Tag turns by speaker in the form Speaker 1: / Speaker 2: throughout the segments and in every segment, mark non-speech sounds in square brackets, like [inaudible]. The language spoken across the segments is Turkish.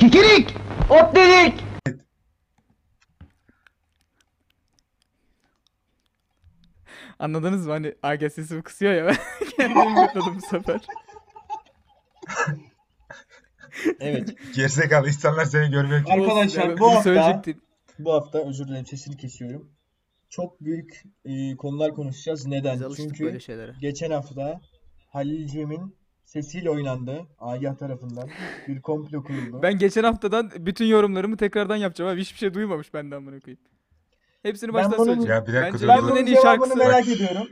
Speaker 1: Kirik! Ot dedik!
Speaker 2: Anladınız mı? Hani AG sesimi kısıyor ya ben [laughs] kendimi mutladım bu sefer. [laughs]
Speaker 3: Evet.
Speaker 4: Gerizekalı insanlar seni görmüyor ki.
Speaker 3: Arkadaşlar
Speaker 2: Bunu
Speaker 3: bu hafta
Speaker 2: söyleyecektim.
Speaker 3: bu hafta özür dilerim sesini kesiyorum. Çok büyük e, konular konuşacağız. Neden?
Speaker 2: Biz alıştık
Speaker 3: Çünkü
Speaker 2: böyle şey. şeylere.
Speaker 3: geçen hafta Halil Cem'in sesiyle oynandı. Agah tarafından bir komplo kuruldu.
Speaker 2: Ben geçen haftadan bütün yorumlarımı tekrardan yapacağım abi. Hiçbir şey duymamış benden bunu koyayım. Hepsini
Speaker 3: Ben
Speaker 2: baştan
Speaker 3: bunun-
Speaker 2: söyleyeceğim.
Speaker 4: Ya bir dakika
Speaker 2: Bence
Speaker 4: dur,
Speaker 3: Ben
Speaker 4: dur.
Speaker 2: bunun
Speaker 3: bunun
Speaker 2: en iyi
Speaker 3: cevabını
Speaker 2: şarkısı.
Speaker 3: merak ediyorum.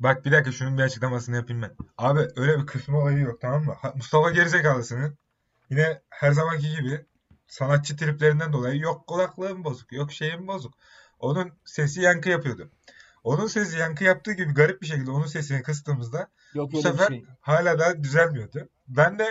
Speaker 4: Bak bir dakika şunun bir açıklamasını yapayım ben. Abi öyle bir küfme olayı yok tamam mı? Ha- Mustafa gerizekalısının yine her zamanki gibi sanatçı triplerinden dolayı yok kulaklığım bozuk, yok şeyim bozuk. Onun sesi yankı yapıyordu. Onun sesi yankı yaptığı gibi garip bir şekilde onun sesini kıstığımızda
Speaker 3: Yok
Speaker 4: Bu
Speaker 3: öyle bir
Speaker 4: sefer-
Speaker 3: şey.
Speaker 4: hala da düzelmiyordu. Ben de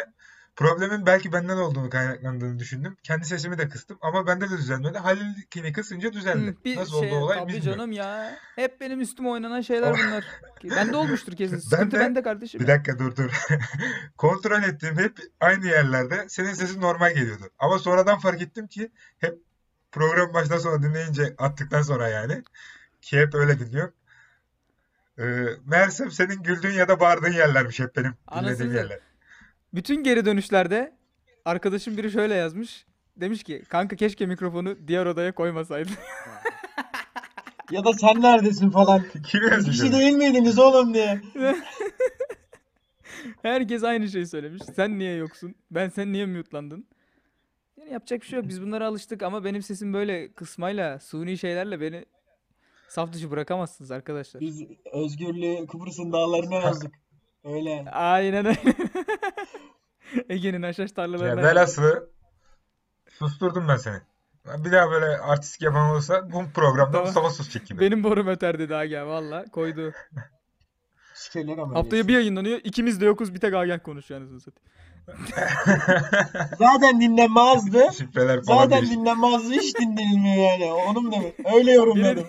Speaker 4: problemin belki benden olduğunu kaynaklandığını düşündüm. Kendi sesimi de kıstım ama bende de düzelmedi. Halil'inkini kısınca düzeldi.
Speaker 2: Hı, bir
Speaker 4: Nasıl
Speaker 2: şey,
Speaker 4: oldu olay
Speaker 2: tabii
Speaker 4: bilmiyorum.
Speaker 2: canım ya. Hep benim üstüme oynanan şeyler bunlar. Ki Bende olmuştur kesin.
Speaker 4: Ben
Speaker 2: Sıkıntı
Speaker 4: de-
Speaker 2: bende kardeşim.
Speaker 4: Bir dakika dur dur. [laughs] Kontrol ettiğim hep aynı yerlerde senin sesin normal geliyordu. Ama sonradan fark ettim ki hep program baştan sona dinleyince attıktan sonra yani ki hep öyle dinliyorum. Ee, meğersem senin güldüğün ya da bağırdığın yerlermiş hep benim
Speaker 2: Anasını
Speaker 4: dinlediğim
Speaker 2: satayım.
Speaker 4: yerler.
Speaker 2: Bütün geri dönüşlerde arkadaşım biri şöyle yazmış. Demiş ki kanka keşke mikrofonu diğer odaya koymasaydın.
Speaker 3: Ya da sen neredesin falan.
Speaker 4: Kim
Speaker 3: Bir
Speaker 4: yazmış
Speaker 2: şey
Speaker 3: kişi
Speaker 4: öyle?
Speaker 3: değil miydiniz oğlum diye.
Speaker 2: Herkes aynı şeyi söylemiş. Sen niye yoksun? Ben sen niye mute'landın? Yani yapacak bir şey yok. Biz bunlara alıştık ama benim sesim böyle kısmayla, suni şeylerle beni saf dışı bırakamazsınız arkadaşlar.
Speaker 3: Biz özgürlüğü Kıbrıs'ın dağlarına yazdık. Öyle.
Speaker 2: Aynen öyle. [laughs] Ege'nin aşaş
Speaker 4: Ya
Speaker 2: tarlalarına.
Speaker 4: velhasılı susturdum ben seni. Bir daha böyle artistik yapan olursa bu programda
Speaker 2: Tamam.
Speaker 4: Mustafa susacak gibi.
Speaker 2: Benim borum öter dedi Agah valla koydu.
Speaker 3: Şükürler ama.
Speaker 2: Haftaya bir
Speaker 3: neyse.
Speaker 2: yayınlanıyor. İkimiz de yokuz bir tek Agah konuşuyor anasını satayım.
Speaker 3: Zaten dinlenmezdi.
Speaker 4: Şifreler falan
Speaker 3: Zaten
Speaker 4: değişti.
Speaker 3: dinlenmezdi. Hiç dinlenilmiyor yani. Onu mu demek? Öyle yorumladım.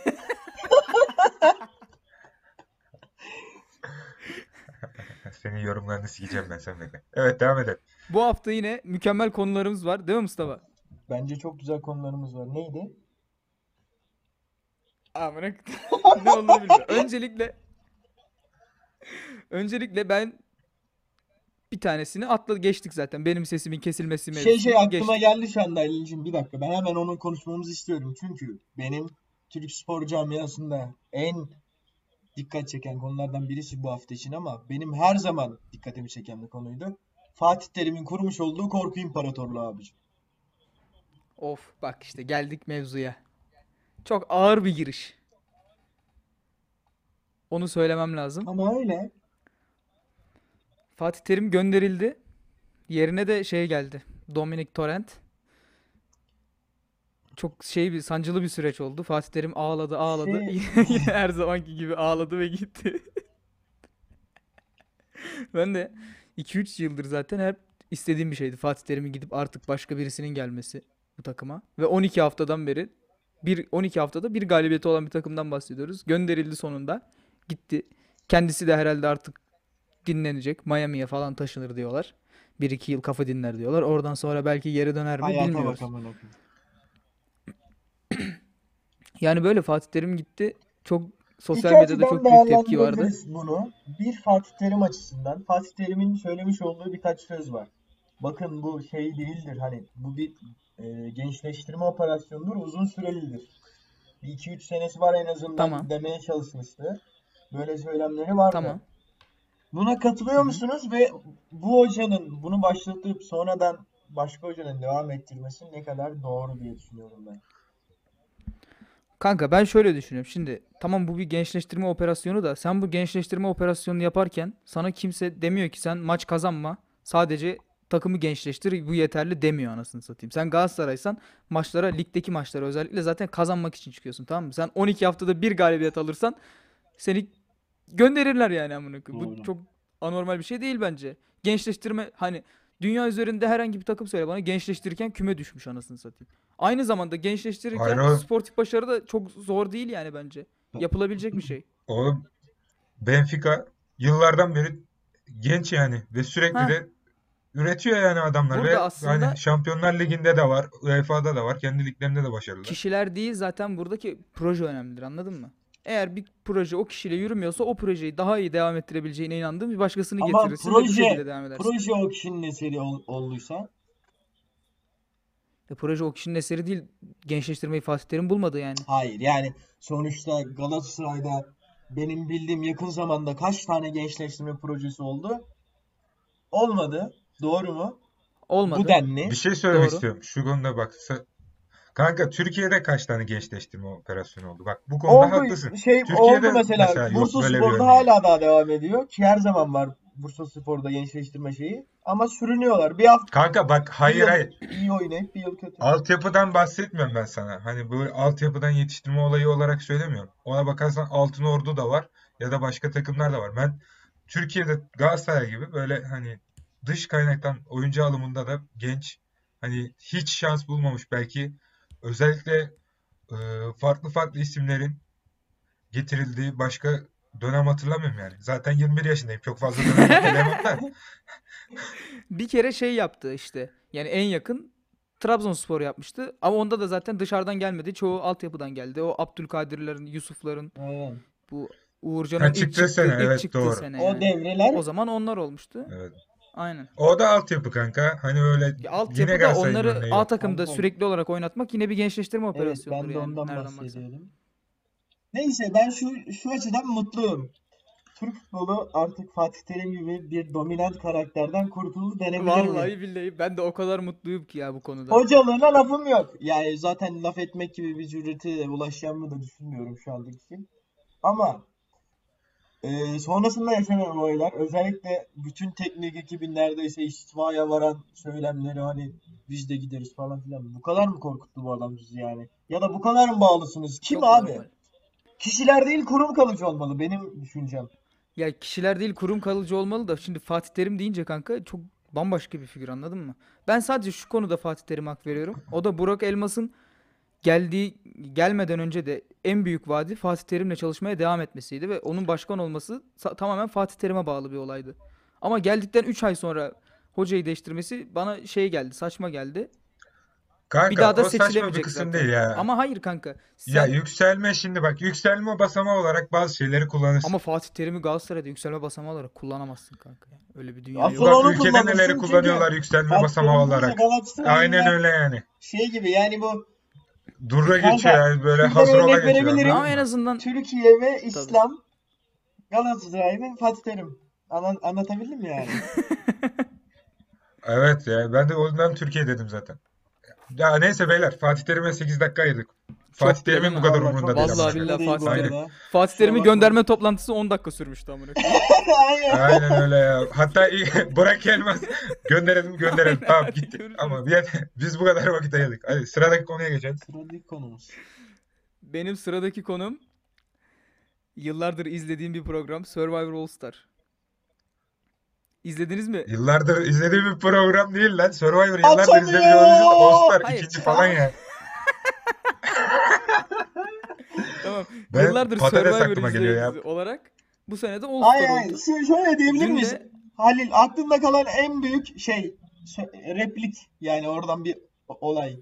Speaker 4: Senin yorumlarını sikeceğim ben sen bekle. Evet devam edelim.
Speaker 2: Bu hafta yine mükemmel konularımız var değil mi Mustafa?
Speaker 3: Bence çok güzel konularımız var. Neydi?
Speaker 2: Amına k- [laughs] ne olduğunu
Speaker 3: [laughs]
Speaker 2: bilmiyorum. Öncelikle Öncelikle ben bir tanesini atla geçtik zaten. Benim sesimin kesilmesi
Speaker 3: Şey
Speaker 2: mevzusunu
Speaker 3: şey aklıma
Speaker 2: geçtik.
Speaker 3: geldi şu anda Halil'cim. Bir dakika. Ben hemen onun konuşmamızı istiyorum. Çünkü benim Türk spor camiasında en dikkat çeken konulardan birisi bu hafta için ama benim her zaman dikkatimi çeken bir konuydu. Fatih Terim'in kurmuş olduğu korku imparatorluğu abicim.
Speaker 2: Of bak işte geldik mevzuya. Çok ağır bir giriş. Onu söylemem lazım.
Speaker 3: Ama öyle.
Speaker 2: Fatih Terim gönderildi. Yerine de şey geldi. Dominic Torrent. Çok şey bir sancılı bir süreç oldu. Fatih Terim ağladı ağladı.
Speaker 3: Şey-
Speaker 2: Yine [laughs] Her zamanki gibi ağladı ve gitti. [laughs] Ben de 2-3 yıldır zaten hep istediğim bir şeydi. Fatih Terim'in gidip artık başka birisinin gelmesi bu takıma. Ve 12 haftadan beri bir 12 haftada bir galibiyeti olan bir takımdan bahsediyoruz. Gönderildi sonunda. Gitti. Kendisi de herhalde artık dinlenecek. Miami'ye falan taşınır diyorlar. 1-2 yıl kafa dinler diyorlar. Oradan sonra belki geri döner mi
Speaker 3: Hayata
Speaker 2: bilmiyoruz.
Speaker 3: bak amına koyayım.
Speaker 2: Yani böyle Fatih Terim gitti. Çok sosyal
Speaker 3: İki
Speaker 2: medyada
Speaker 3: açıdan
Speaker 2: çok büyük tepki vardı.
Speaker 3: değerlendirebiliriz bunu. Bir Fatih Terim açısından Fatih Terim'in söylemiş olduğu birkaç söz var. Bakın bu şey değildir hani bu bir e, gençleştirme operasyonudur uzun sürelidir. Bir 2-3 senesi var en azından
Speaker 2: Tamam.
Speaker 3: demeye çalışmıştı. Böyle söylemleri vardı.
Speaker 2: Tamam.
Speaker 3: Buna katılıyor musunuz ve bu hocanın bunu başlatıp sonradan başka hocanın devam ettirmesi ne kadar doğru diye düşünüyorum ben.
Speaker 2: Kanka ben şöyle düşünüyorum. Şimdi tamam bu bir gençleştirme operasyonu da sen bu gençleştirme operasyonunu yaparken sana kimse demiyor ki sen maç kazanma. Sadece takımı gençleştir bu yeterli demiyor anasını satayım. Sen Galatasaray'san maçlara ligdeki maçlara özellikle zaten kazanmak için çıkıyorsun tamam mı? Sen 12 haftada bir galibiyet alırsan seni gönderirler yani amına koyayım. Bu
Speaker 3: Doğru.
Speaker 2: çok anormal bir şey değil bence. Gençleştirme hani dünya üzerinde herhangi bir takım söyle bana gençleştirirken küme düşmüş anasını satayım. Aynı zamanda gençleştirirken
Speaker 4: Hayır oğlum.
Speaker 2: sportif başarı da çok zor değil yani bence. Yapılabilecek bir şey.
Speaker 4: Oğlum Benfica yıllardan beri genç yani ve sürekli
Speaker 2: Ha.
Speaker 4: de Üretiyor yani adamlar
Speaker 2: Burada
Speaker 4: ve
Speaker 2: aslında-
Speaker 4: hani Şampiyonlar Ligi'nde de var, UEFA'da da var, kendi liglerinde de başarılı.
Speaker 2: Kişiler değil zaten buradaki proje önemlidir anladın mı? Eğer bir proje o kişiyle yürümüyorsa o projeyi daha iyi devam ettirebileceğine inandığın bir başkasını
Speaker 3: Ama
Speaker 2: getirirsin ve bu
Speaker 3: proje-
Speaker 2: şekilde devam edersin.
Speaker 3: Proje o kişinin eseri ol- olduysa
Speaker 2: E, proje o kişinin eseri değil. Gençleştirmeyi Fatih Terim bulmadı yani.
Speaker 3: hayır. Yani sonuçta Galatasaray'da benim bildiğim yakın zamanda kaç tane gençleştirme projesi oldu? Olmadı. Doğru mu?
Speaker 2: Olmadı.
Speaker 3: Bu denli.
Speaker 4: Bir şey söylemek
Speaker 2: Doğru.
Speaker 4: istiyorum. Şu konuda bak. sa- Kanka Türkiye'de kaç tane gençleştirme operasyonu oldu? Bak bu konuda
Speaker 3: Oldu
Speaker 4: haklısın.
Speaker 3: şey
Speaker 4: Türkiye'de
Speaker 3: oldu mesela.
Speaker 4: mesela yok
Speaker 3: Bursa
Speaker 4: böyle bir
Speaker 3: Spor'da
Speaker 4: örnek.
Speaker 3: hala daha devam ediyor ki her zaman var Bursa Spor'da gençleştirme şeyi. Ama sürünüyorlar. Bir hafta
Speaker 4: Kanka bak hayır
Speaker 3: bir yıl
Speaker 4: hayır.
Speaker 3: iyi oynayıp bir yıl kötü.
Speaker 4: Altyapıdan bahsetmiyorum ben sana. Hani böyle altyapıdan yetiştirme olayı olarak söylemiyorum. Ona bakarsan Altın Ordu da var ya da başka takımlar da var. Ben Türkiye'de Galatasaray gibi böyle hani dış kaynaktan oyuncu alımında da genç hani hiç şans bulmamış belki özellikle e, farklı farklı isimlerin getirildiği başka dönem hatırlamıyorum yani. Zaten 21 yaşındayım. Çok fazla dönem
Speaker 2: [laughs]
Speaker 4: hatırlayamam da.
Speaker 2: Bir kere şey yaptı işte. Yani en yakın Trabzonspor yapmıştı. Ama onda da zaten dışarıdan gelmedi. Çoğu altyapıdan geldi. O Abdülkadir'lerin, Yusuf'ların,
Speaker 3: Aynen.
Speaker 2: bu Uğurcan'ın ilk
Speaker 4: çıktığı
Speaker 2: çıktığı,
Speaker 4: sene,
Speaker 2: ilk
Speaker 4: evet,
Speaker 2: çıktığı
Speaker 4: doğru.
Speaker 2: sene
Speaker 3: O
Speaker 2: yani.
Speaker 3: devreler
Speaker 2: O zaman onlar olmuştu.
Speaker 4: Evet.
Speaker 2: Aynen.
Speaker 4: O da altyapı kanka. Hani öyle
Speaker 2: Ya
Speaker 4: yine
Speaker 2: Altyapıda
Speaker 4: Galatasaray'ın
Speaker 2: onları
Speaker 4: örneği
Speaker 2: A
Speaker 4: var.
Speaker 2: takımda
Speaker 3: Tamam.
Speaker 2: sürekli olarak oynatmak yine bir gençleştirme
Speaker 3: Evet,
Speaker 2: operasyonudur
Speaker 3: ben de
Speaker 2: yani.
Speaker 3: ondan
Speaker 2: Nereden baksan.
Speaker 3: bahsediyordum. Neyse ben şu şu açıdan mutluyum. Türk futbolu artık Fatih Terim gibi bir dominant karakterden kurtuldu denebilir mi?
Speaker 2: Vallahi billahi ben de o kadar mutluyum ki ya bu konuda.
Speaker 3: Hocalığına lafım yok. Yani zaten laf etmek gibi bir cürete ulaşacağımı da düşünmüyorum şu andaki için. Ama e, sonrasında yaşanan olaylar özellikle bütün teknik ekibin neredeyse istismaya varan söylemleri hani biz de gideriz falan filan. Bu kadar mı korkuttu bu adam sizi yani? Ya da bu kadar mı bağlısınız? Kim
Speaker 2: Çok
Speaker 3: abi?
Speaker 2: normal.
Speaker 3: Kişiler değil kurum kalıcı olmalı benim düşüncem.
Speaker 2: Ya kişiler değil kurum kalıcı olmalı da şimdi Fatih Terim deyince kanka çok bambaşka bir figür anladın mı? Ben sadece şu konuda Fatih Terim'e hak veriyorum. O da Burak Elmas'ın geldiği gelmeden önce de en büyük vaadi Fatih Terim'le çalışmaya devam etmesiydi ve onun başkan olması sa- tamamen Fatih Terim'e bağlı bir olaydı. Ama geldikten 3 ay sonra hocayı değiştirmesi bana şey geldi, saçma geldi.
Speaker 4: Kanka
Speaker 2: Bir daha da
Speaker 4: o saçma bir
Speaker 2: seçilemeyecek
Speaker 4: kısım
Speaker 2: zaten.
Speaker 4: değil ya.
Speaker 2: Ama hayır kanka.
Speaker 4: Ya
Speaker 2: sen-
Speaker 4: yükselme şimdi bak yükselme basamağı olarak bazı şeyleri kullanırsın.
Speaker 2: ama Fatih Terim'i Galatasaray'da yükselme basamağı olarak kullanamazsın kanka. Yani. Öyle bir dünya
Speaker 3: Asıl
Speaker 2: yok.
Speaker 4: Bak
Speaker 3: onu
Speaker 4: ülkede
Speaker 3: kullanırsın
Speaker 4: neleri
Speaker 3: çünkü
Speaker 4: kullanıyorlar yükselme
Speaker 3: Fatih
Speaker 4: basamağı
Speaker 3: Terim
Speaker 4: olarak.
Speaker 3: Bursa Galatasaray'ın
Speaker 4: Aynen
Speaker 3: da
Speaker 4: öyle yani.
Speaker 3: Şey gibi yani bu
Speaker 4: Durra
Speaker 3: Kanka,
Speaker 4: geçiyor yani böyle
Speaker 3: şuradan
Speaker 4: hazır ola
Speaker 3: örnek
Speaker 4: geçiyor
Speaker 3: verebilirim.
Speaker 4: anladın
Speaker 2: Ama en
Speaker 4: mı?
Speaker 2: azından
Speaker 3: Türkiye ve İslam Galatasaray ve Fatih Terim. Ana- anlatabildim
Speaker 2: [laughs]
Speaker 3: mi yani?
Speaker 4: Evet ya ben de ondan Türkiye dedim zaten. Ya neyse beyler Fatih Terim'e 8 dakika ayırdık. Fatih
Speaker 2: bile
Speaker 4: Terim'in bu
Speaker 2: deme.
Speaker 4: kadar
Speaker 3: Vallahi
Speaker 4: umurunda
Speaker 3: çok
Speaker 4: değil
Speaker 2: Vallahi
Speaker 4: amına
Speaker 3: umurunda
Speaker 2: billahi
Speaker 3: değil
Speaker 2: Fatih
Speaker 3: bu
Speaker 4: Terim.
Speaker 3: arada.
Speaker 2: Fatih Terim'in
Speaker 3: bakma.
Speaker 2: gönderme toplantısı 10 dakika sürmüştü amına koyayım.
Speaker 3: Aynen.
Speaker 4: Aynen öyle ya. Hatta iyi- [laughs] Burak Elmas gönderelim gönderelim.
Speaker 2: [laughs] Aynen,
Speaker 4: Tamam
Speaker 2: hadi
Speaker 4: gitti.
Speaker 2: görüşürüz.
Speaker 4: Ama bir- biz bu kadar vakit ayırdık. Hadi sıradaki konuya geçelim.
Speaker 3: Sıradaki konumuz.
Speaker 2: Benim sıradaki konum yıllardır izlediğim bir program Survivor All Star. İzlediniz mi?
Speaker 4: Yıllardır izlediğim bir program değil lan. Survivor yıllardır
Speaker 3: Atamıyor!
Speaker 4: izlediğim All Star
Speaker 2: Hayır,
Speaker 4: ikinci falan ya.
Speaker 2: Tamam.
Speaker 4: Ben
Speaker 2: yıllardır
Speaker 4: patates
Speaker 2: Survivor
Speaker 4: aklıma geliyor ya.
Speaker 2: izleyicisi olarak bu sene de All Star
Speaker 3: Hayır hayır.
Speaker 2: oldu.
Speaker 3: Şö- Şöyle diyebilir
Speaker 2: Dün
Speaker 3: miyiz?
Speaker 2: de
Speaker 3: Halil aklında kalan en büyük şey sö- replik yani oradan bir o- olay.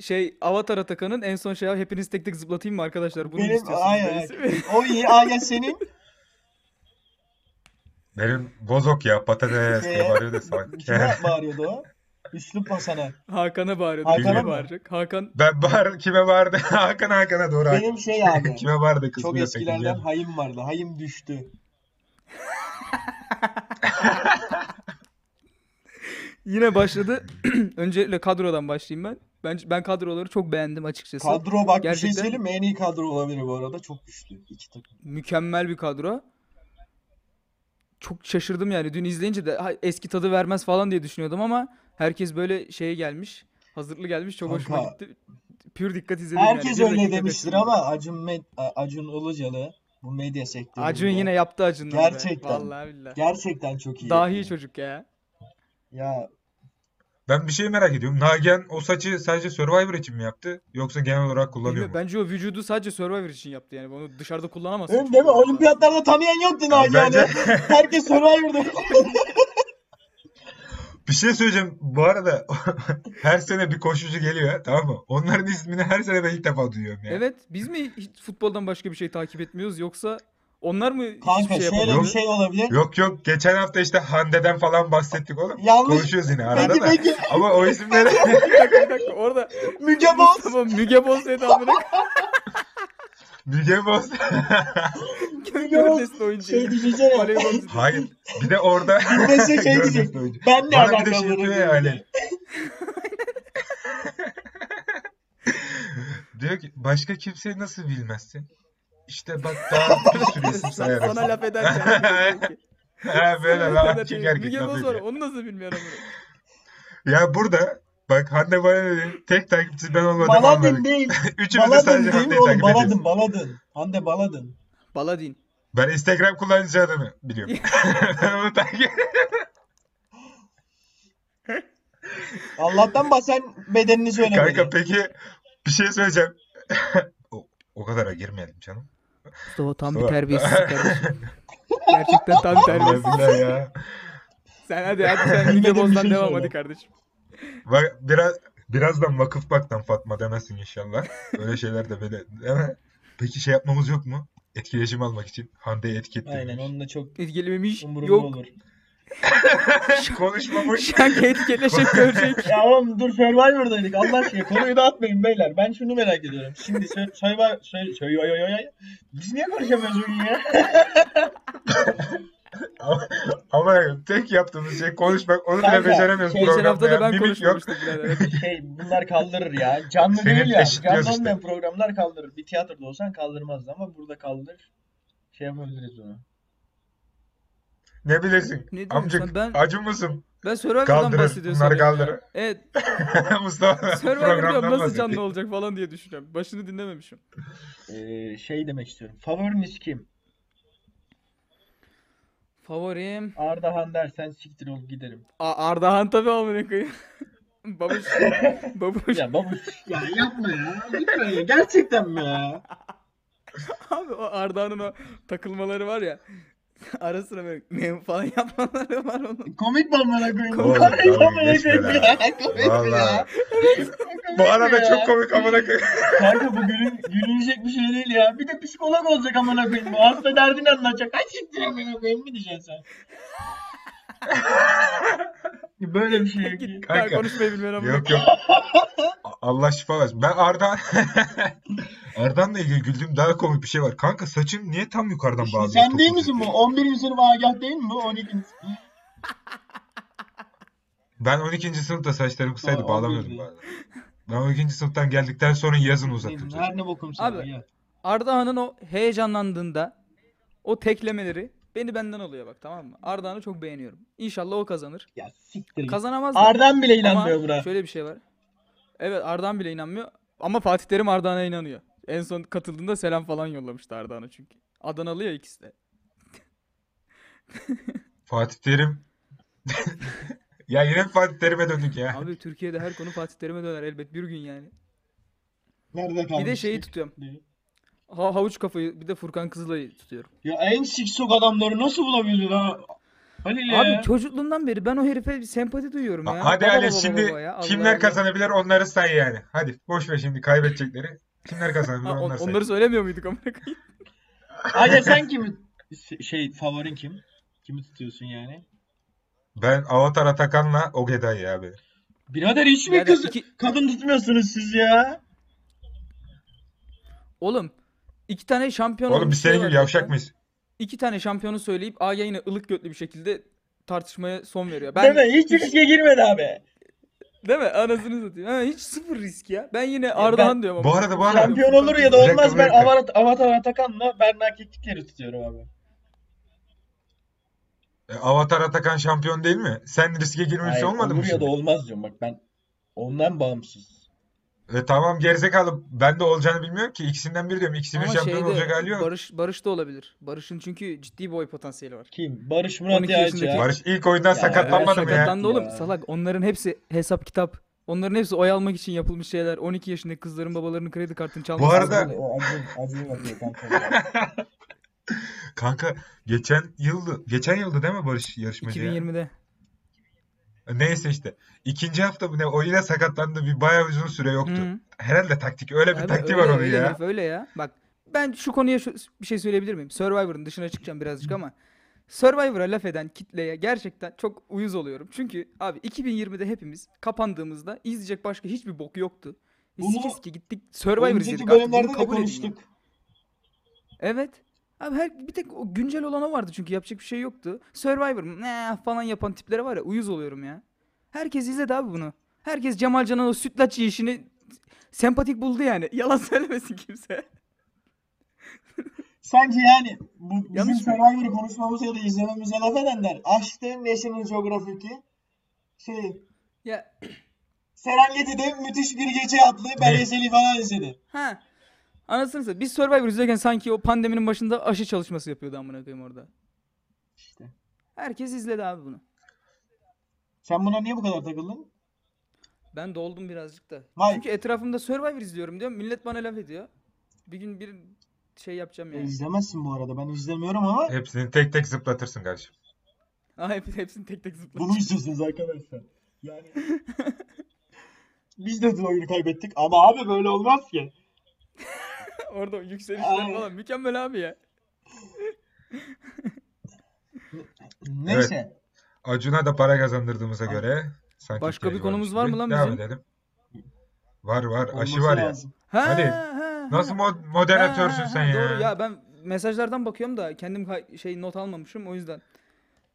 Speaker 2: şey Avatar Atakan'ın en son şey hepiniz tek tek zıplatayım mı arkadaşlar? Bunu mu
Speaker 3: Benim-
Speaker 2: istiyorsunuz
Speaker 3: aynen,
Speaker 2: derisi.
Speaker 3: O iyi. Aynen senin.
Speaker 4: Benim bozok ya patates
Speaker 3: Şey-
Speaker 4: diye bağırıyor da
Speaker 3: [laughs]
Speaker 4: salak.
Speaker 3: Kime bağırıyordu o? Üslupla sana.
Speaker 2: [laughs] Hakan'a bağırıyordu.
Speaker 3: Hakan'a
Speaker 2: Kime
Speaker 4: mı?
Speaker 2: bağıracak? Hakan
Speaker 4: Ben bağır, kime bağırdı? [laughs] Hakan Hakan'a doğru.
Speaker 3: Benim şey abi.
Speaker 4: [laughs] Kime bağırdı kız
Speaker 3: Çok
Speaker 4: bir
Speaker 3: eskilerden hayım vardı. Hayım düştü.
Speaker 2: yine başladı. [clears throat] Öncelikle kadrodan başlayayım ben. Ben ben kadroları çok beğendim açıkçası.
Speaker 3: Kadro bak bir şey
Speaker 2: Gerçekten-
Speaker 3: söyleyeyim mi? En iyi kadro olabilir bu arada. Çok güçlü. İki takım.
Speaker 2: mükemmel bir kadro. Çok şaşırdım yani dün izleyince de "Ha, eski tadı vermez falan diye düşünüyordum ama herkes böyle şeye gelmiş. Hazırlı gelmiş çok hoşuma
Speaker 3: Kanka.
Speaker 2: gitti. Pür dikkat izledim yani.
Speaker 3: Herkes
Speaker 2: Bir
Speaker 3: öyle
Speaker 2: dakika
Speaker 3: demiştir
Speaker 2: kaçırmadım.
Speaker 3: ama Acun, Med- A- Acun Ilıcalı bu medya sektöründe
Speaker 2: Acun yine yaptı Acun'dan be.
Speaker 3: Gerçekten.
Speaker 2: Vallahi billahi.
Speaker 3: gerçekten çok iyi.
Speaker 2: Dahi
Speaker 3: yapıyor.
Speaker 2: çocuk ya.
Speaker 3: Ya
Speaker 4: Ben bir şey merak ediyorum. Nagihan o saçı sadece Survivor için mi yaptı? Yoksa genel olarak kullanıyor
Speaker 2: Bilmiyorum,
Speaker 4: mu?
Speaker 2: bence o vücudu sadece Survivor için yaptı yani. Onu dışarıda kullanamazsın.
Speaker 3: Ön
Speaker 2: çünkü.
Speaker 3: deme olimpiyatlarda tanıyan yoktu
Speaker 4: Ya
Speaker 3: Nagihan'ı.
Speaker 4: [laughs] bence-
Speaker 3: Herkes Survivor'da.
Speaker 4: Bir şey söyleyeceğim. Bu arada [laughs] her sene bir koşucu geliyor tamam mı? Onların ismini her sene ben ilk defa duyuyorum ya.
Speaker 2: Evet biz mi hiç futboldan başka bir şey takip etmiyoruz yoksa onlar mı
Speaker 3: Kanka
Speaker 2: hiçbir şey
Speaker 3: şöyle
Speaker 2: yapamıyor?
Speaker 4: yapalım.
Speaker 3: bir şey olabilir.
Speaker 4: Yok yok geçen hafta işte Hande'den falan bahsettik oğlum.
Speaker 3: Yanlış.
Speaker 4: Konuşuyoruz yine arada
Speaker 3: Peki
Speaker 4: da.
Speaker 3: peki.
Speaker 2: Şey
Speaker 4: Ama o isimleri [laughs]
Speaker 2: bir dakika bir dakika orada
Speaker 3: Müge Boz.
Speaker 2: Mustafa Müge Boz dedi amına
Speaker 4: Müge
Speaker 2: koyayım.
Speaker 3: Boz
Speaker 4: Boz.
Speaker 2: Neredesin
Speaker 3: Şey
Speaker 2: oyuncu?
Speaker 3: diyeceğim. [laughs]
Speaker 2: Voleybol-
Speaker 4: Hayır. Bir de orada [laughs]
Speaker 3: Bilmese şey
Speaker 4: Gördüm
Speaker 3: diyecek.
Speaker 4: oyuncu.
Speaker 3: Ben ne
Speaker 4: Bana bir de
Speaker 3: alakalı
Speaker 4: şey diyor
Speaker 3: olurum
Speaker 4: ya
Speaker 3: diye.
Speaker 4: hani. [laughs] diyor ki başka kimseyi nasıl bilmezsin? İşte bak daha bir sürü isim sayarım.
Speaker 2: Sana
Speaker 4: [laughs]
Speaker 2: laf ederken.
Speaker 4: Ha böyle
Speaker 2: Sana
Speaker 4: lan
Speaker 2: laf
Speaker 4: erkek
Speaker 2: ederken.
Speaker 4: erkek
Speaker 2: Müge
Speaker 4: laf
Speaker 2: Boz var
Speaker 4: ediyor.
Speaker 2: onu nasıl bilmiyorum.
Speaker 4: Ya burada bak Hande Baran'ın tek takipçisi ben olmadım
Speaker 3: Baladın
Speaker 4: anladık. [laughs]
Speaker 3: değil.
Speaker 4: Üçümüz de sadece
Speaker 3: Baladın değil mi
Speaker 4: Hande'yi
Speaker 3: oğlum?
Speaker 4: takip
Speaker 3: Baladın
Speaker 4: ediyoruz.
Speaker 3: baladın. Hande baladın.
Speaker 2: Baladin.
Speaker 4: Ben Instagram kullanıcı adını
Speaker 2: [laughs]
Speaker 4: biliyorum. [laughs] ben onu takip
Speaker 3: Allah'tan bak sen bedenini söylemedin.
Speaker 4: Kanka peki bir şey söyleyeceğim. [laughs] o, o kadara girmeyelim canım.
Speaker 2: Mustafa tam bir
Speaker 4: Mustafa. [laughs]
Speaker 2: terbiyesiz kardeşim. Gerçekten tam bir terbiyesiz.
Speaker 4: Allah billah ya.
Speaker 2: Sen hadi hadi sen
Speaker 3: Bilmediğim
Speaker 2: Müge
Speaker 3: bir
Speaker 2: Boz'dan
Speaker 3: şey
Speaker 2: devam
Speaker 3: söyle.
Speaker 2: hadi kardeşim.
Speaker 4: [laughs] Bak biraz birazdan vakıf baktan Fatma demesin inşallah. Öyle şeyler de böyle değil mi? Peki şey yapmamız yok mu? Etkileşim almak için. Hande'yi etiket
Speaker 3: Aynen
Speaker 4: demiş.
Speaker 3: onunla çok
Speaker 2: Etkilememiş.
Speaker 3: umurumda
Speaker 2: Yok.
Speaker 3: olur.
Speaker 4: Konuşma boş.
Speaker 2: Şanka etiketleşip görecek.
Speaker 3: Ya oğlum dur Survivor'daydık. Allah aşkına konuyu dağıtmayın beyler. Ben şunu merak ediyorum. Şimdi Sur- Survivor... Sur- Survivor... Biz niye konuşamıyoruz bugün ya?
Speaker 4: Ama, ama tek yaptığımız şey konuşmak. Onu bile
Speaker 3: Kanka,
Speaker 4: beceremiyoruz
Speaker 2: Geçen hafta
Speaker 4: programda
Speaker 2: da
Speaker 4: ya.
Speaker 2: ben
Speaker 4: Mimik yok.
Speaker 2: konuşmamıştım birader. hadi.
Speaker 3: Şey bunlar kaldırır ya. Canlı
Speaker 4: Senin
Speaker 3: değil ya.
Speaker 4: eşitliyoruz
Speaker 3: Canlı
Speaker 4: işte.
Speaker 3: olmayan programlar kaldırır. Bir tiyatroda olsan kaldırmazdı ama burada kaldır. Şey yapabiliriz onu.
Speaker 4: Ne bilirsin?
Speaker 2: Ne diyorsun
Speaker 4: Amcık
Speaker 2: sen? Ben-
Speaker 4: acı mısın?
Speaker 2: Ben Survivor'dan
Speaker 4: Kaldırır.
Speaker 2: bahsediyorum.
Speaker 4: Bunları
Speaker 2: sanıyorum ya.
Speaker 4: kaldırır. [laughs]
Speaker 2: Evet.
Speaker 4: Mustafa
Speaker 2: Survivor diyorum
Speaker 4: programdan
Speaker 2: nasıl
Speaker 4: bahsettik.
Speaker 2: canlı olacak falan diye düşünüyorum. Başını dinlememişim.
Speaker 3: Ee, şey demek istiyorum. Favoriniz kim?
Speaker 2: Favorim.
Speaker 3: Arda Hander sen siktir ol giderim.
Speaker 2: A Ardahan tabii amına koyayım. [laughs]
Speaker 3: [laughs]
Speaker 2: Babuş. Babuş.
Speaker 3: Ya babuş. ya yapma ya. Gitme ya. Gerçekten mi ya?
Speaker 2: Abi o Ardahan'ın o takılmaları var ya. [laughs] Ara sıra böyle mem falan yapmaları var onun.
Speaker 3: Komik mi amına koyayım?
Speaker 4: Oğlum,
Speaker 3: Komik
Speaker 4: dalga
Speaker 3: amına
Speaker 4: geçme
Speaker 3: koyayım
Speaker 4: lan.
Speaker 3: ya. Komik ya.
Speaker 4: Vallahi.
Speaker 3: Komik
Speaker 4: Bu arada
Speaker 3: ya.
Speaker 4: çok komik amına koyayım.
Speaker 3: Kanka bu gülün, gülünecek bir şey değil ya. Bir de psikolog olacak amına koyayım. Bu hasta derdini anlatacak. Kaç siktir amına koyayım mı diyeceksin sen? [laughs] Böyle bir şey yok ki.
Speaker 2: Git daha
Speaker 4: Kanka.
Speaker 2: konuşmayı bilmiyorum.
Speaker 4: Yok yok. A- Allah şifa versin. Ben Arda [laughs] Arda'nla ilgili güldüğüm daha komik bir şey var. Kanka saçın niye tam yukarıdan
Speaker 3: Şimdi
Speaker 4: bağlıyor
Speaker 3: sen değil
Speaker 4: topuzu?
Speaker 3: misin bu? 11. sınıf agah değil mi bu? 12.
Speaker 4: Ben 12. sınıfta saçlarım
Speaker 3: Ha,
Speaker 4: kısaydı
Speaker 3: on
Speaker 4: bağlamıyordum
Speaker 3: birdi.
Speaker 4: bazen. Ben 12. sınıftan geldikten sonra yazın uzattım
Speaker 3: sınıf.
Speaker 4: saçımı.
Speaker 3: Her ne bokum sana
Speaker 2: Abi.
Speaker 3: ya.
Speaker 2: Ardahan'ın o heyecanlandığında o teklemeleri beni benden alıyor bak tamam mı? Ardahan'ı çok beğeniyorum. İnşallah o kazanır.
Speaker 3: Ya siktir git.
Speaker 2: Kazanamaz da.
Speaker 3: Ardan bile
Speaker 2: Ama
Speaker 3: inanmıyor buna.
Speaker 2: şöyle bir şey var. Evet Ardahan bile inanmıyor. Ama Fatih Terim Ardahan'a inanıyor. En son katıldığında selam falan yollamıştı Ardahan'a çünkü. Adanalı ya ikisi de.
Speaker 4: Fatih Terim. [laughs] Ya yine Fatih Terim'e döndük ya.
Speaker 2: Abi Türkiye'de her konu Fatih Terim'e döner elbet bir gün yani.
Speaker 3: Nerede
Speaker 2: Bir
Speaker 3: kalmıştık?
Speaker 2: de şeyi tutuyorum. Ha- havuç kafayı bir de Furkan Kızılay'ı tutuyorum.
Speaker 3: Ya en siksok adamları nasıl bulabiliyorsun ha? Halil ya.
Speaker 2: Abi çocukluğumdan beri ben o herife bir sempati duyuyorum
Speaker 4: Ee? Ha-
Speaker 2: ya.
Speaker 4: Hadi
Speaker 2: Baba
Speaker 4: Ali
Speaker 2: baba
Speaker 4: şimdi
Speaker 2: baba ya, Allah
Speaker 4: kimler
Speaker 2: Allah.
Speaker 4: kazanabilir onları say yani. Hadi boş ver şimdi kaybedecekleri. Kimler
Speaker 2: [laughs]
Speaker 4: kazanabilir
Speaker 2: Ha, on-
Speaker 4: onları say.
Speaker 2: onları söylemiyor muyduk amına koyayım?
Speaker 3: Aga sen kimi s- şey favorin kim? Kimi tutuyorsun yani?
Speaker 4: Ben Avatar Atakan'la Ogeday ya abi.
Speaker 3: Birader hiç mi
Speaker 2: Birader
Speaker 3: kız
Speaker 2: iki-
Speaker 3: kadın tutmuyorsunuz siz ya?
Speaker 2: Oğlum iki tane şampiyon
Speaker 4: Oğlum
Speaker 2: olmuş
Speaker 4: biz senin
Speaker 2: şey
Speaker 4: gibi
Speaker 2: var
Speaker 4: yavşak
Speaker 2: zaten.
Speaker 4: mıyız?
Speaker 2: İki tane şampiyonu söyleyip A yayına ılık götlü bir şekilde tartışmaya son veriyor.
Speaker 3: Değil
Speaker 2: Ben
Speaker 3: mi? Hiç riske girmedi abi.
Speaker 2: Değil mi? Anasını satayım. Ha, hiç sıfır risk ya. Ben yine Ardahan diyorum ama.
Speaker 4: Bu arada bu arada
Speaker 3: Şampiyon olur ya da
Speaker 4: Bir dakika,
Speaker 3: olmaz
Speaker 4: bir
Speaker 3: ben
Speaker 4: dakika.
Speaker 3: Avatar, Avatar Atakan'la Berna Keklikleri tutuyorum abi.
Speaker 4: E, Avatar Atakan şampiyon değil mi? Sen riske girmişsin
Speaker 3: Hayır,
Speaker 4: olmadı mı
Speaker 3: olur ya da
Speaker 4: şimdi?
Speaker 3: olmaz diyorum bak ben ondan bağımsız.
Speaker 4: E, tamam gerizekalı. Ben de olacağını bilmiyorum ki. İkisinden biri diyorum. İkisinin
Speaker 2: Ama
Speaker 4: şampiyon
Speaker 2: şeyde,
Speaker 4: olacak hali yok.
Speaker 2: Barış, Barış da olabilir. Barış'ın çünkü ciddi boy potansiyeli var.
Speaker 3: Kim? Barış Murat
Speaker 2: 12
Speaker 3: Yağcı.
Speaker 2: yaşındaki-
Speaker 3: ya.
Speaker 4: Barış ilk oyundan
Speaker 3: Ya,
Speaker 4: sakatlanmadı mı ya?
Speaker 2: Sakatlandı oğlum.
Speaker 3: Ya.
Speaker 2: Salak. Onların hepsi hesap kitap. Onların hepsi oy almak için yapılmış şeyler. 12 yaşındaki kızların babalarının kredi kartını çalması.
Speaker 4: Bu arada-
Speaker 2: lazım.
Speaker 3: O acı, acı bakıyor
Speaker 4: [laughs]
Speaker 3: kanka.
Speaker 4: Kanka geçen yıldı. Geçen yıldı değil mi Barış yarışmacı ya? E,
Speaker 2: 2020'de.
Speaker 4: Neyse işte. İkinci hafta bu ne? O yine sakatlandı. Bir bayağı uzun süre yoktu.
Speaker 2: Hı.
Speaker 4: Herhalde taktik. Öyle bir
Speaker 2: Hmm. Abi
Speaker 4: taktiği
Speaker 2: öyle,
Speaker 4: var onun
Speaker 2: öyle
Speaker 4: ya.
Speaker 2: herif, öyle ya. Bak ben şu konuya şu, bir şey söyleyebilir miyim? Survivor'ın dışına çıkacağım birazcık ama Survivor'a laf eden kitleye gerçekten çok uyuz oluyorum. Çünkü abi 2020'de hepimiz kapandığımızda izleyecek başka hiçbir bok yoktu. Biz
Speaker 3: Bunu
Speaker 2: sikiz ki gittik Survivor izledik
Speaker 3: Önceki
Speaker 2: abi. Bunu
Speaker 3: bölümlerde de
Speaker 2: kabul edin ya.
Speaker 3: konuştuk.
Speaker 2: Evet. Abi her bir tek o güncel olan o vardı çünkü yapacak bir şey yoktu. Survivor ne falan yapan tiplere var ya uyuz oluyorum ya. Herkes izledi abi bunu. Herkes Cemal Can'ın o sütlaç yiyişini sempatik buldu yani. [laughs] Yalan söylemesin kimse.
Speaker 3: Sanki yani bu bizim
Speaker 2: Yanlış mı?
Speaker 3: Survivor'ı konuşmamıza ya da izlememize laf edenler açtı National Geographic'i şey
Speaker 2: Ya
Speaker 3: Serengeti'de müthiş bir gece adlı belgeseli falan izledi.
Speaker 2: ha. Anasını satayım. Biz Survivor izlerken sanki o pandeminin başında aşı çalışması yapıyordu amına koyayım orada.
Speaker 3: İşte.
Speaker 2: Herkes izledi abi bunu.
Speaker 3: Sen buna niye bu kadar takıldın?
Speaker 2: Ben doldum birazcık da.
Speaker 3: Vay.
Speaker 2: Çünkü etrafımda Survivor izliyorum diyorum. Millet bana laf ediyor. Bir gün bir şey yapacağım
Speaker 3: E,
Speaker 2: yani.
Speaker 3: izlemezsin bu arada. Ben izlemiyorum ama
Speaker 4: Hepsini tek tek zıplatırsın kardeşim.
Speaker 2: Aa, hep- hepsini tek tek zıplatacağım.
Speaker 3: bunu istiyorsunuz arkadaşlar.
Speaker 4: [laughs]
Speaker 3: Yani biz de dün oyunu kaybettik ama abi böyle olmaz ki.
Speaker 2: [laughs] Orada o yükselişler
Speaker 3: Ay.
Speaker 2: falan mükemmel abi ya.
Speaker 3: Neyse.
Speaker 4: Acun'a da para kazandırdığımıza göre sanki
Speaker 2: Başka bir
Speaker 4: ihtiyacı
Speaker 2: konumuz
Speaker 4: varmış
Speaker 2: var mı
Speaker 4: gibi.
Speaker 2: lan
Speaker 4: Devam
Speaker 2: bizim?
Speaker 4: edelim. Var var. Aşı
Speaker 3: olması
Speaker 4: var ya.
Speaker 3: lazım.
Speaker 2: Ha,
Speaker 4: Hadi.
Speaker 2: ha,
Speaker 4: Nasıl
Speaker 2: ha.
Speaker 4: mod- moderatörsün
Speaker 2: Ha, ha,
Speaker 4: sen
Speaker 2: ha,
Speaker 4: ya?
Speaker 2: Doğru ya ben mesajlardan bakıyorum da kendim kay- şey not almamışım o yüzden.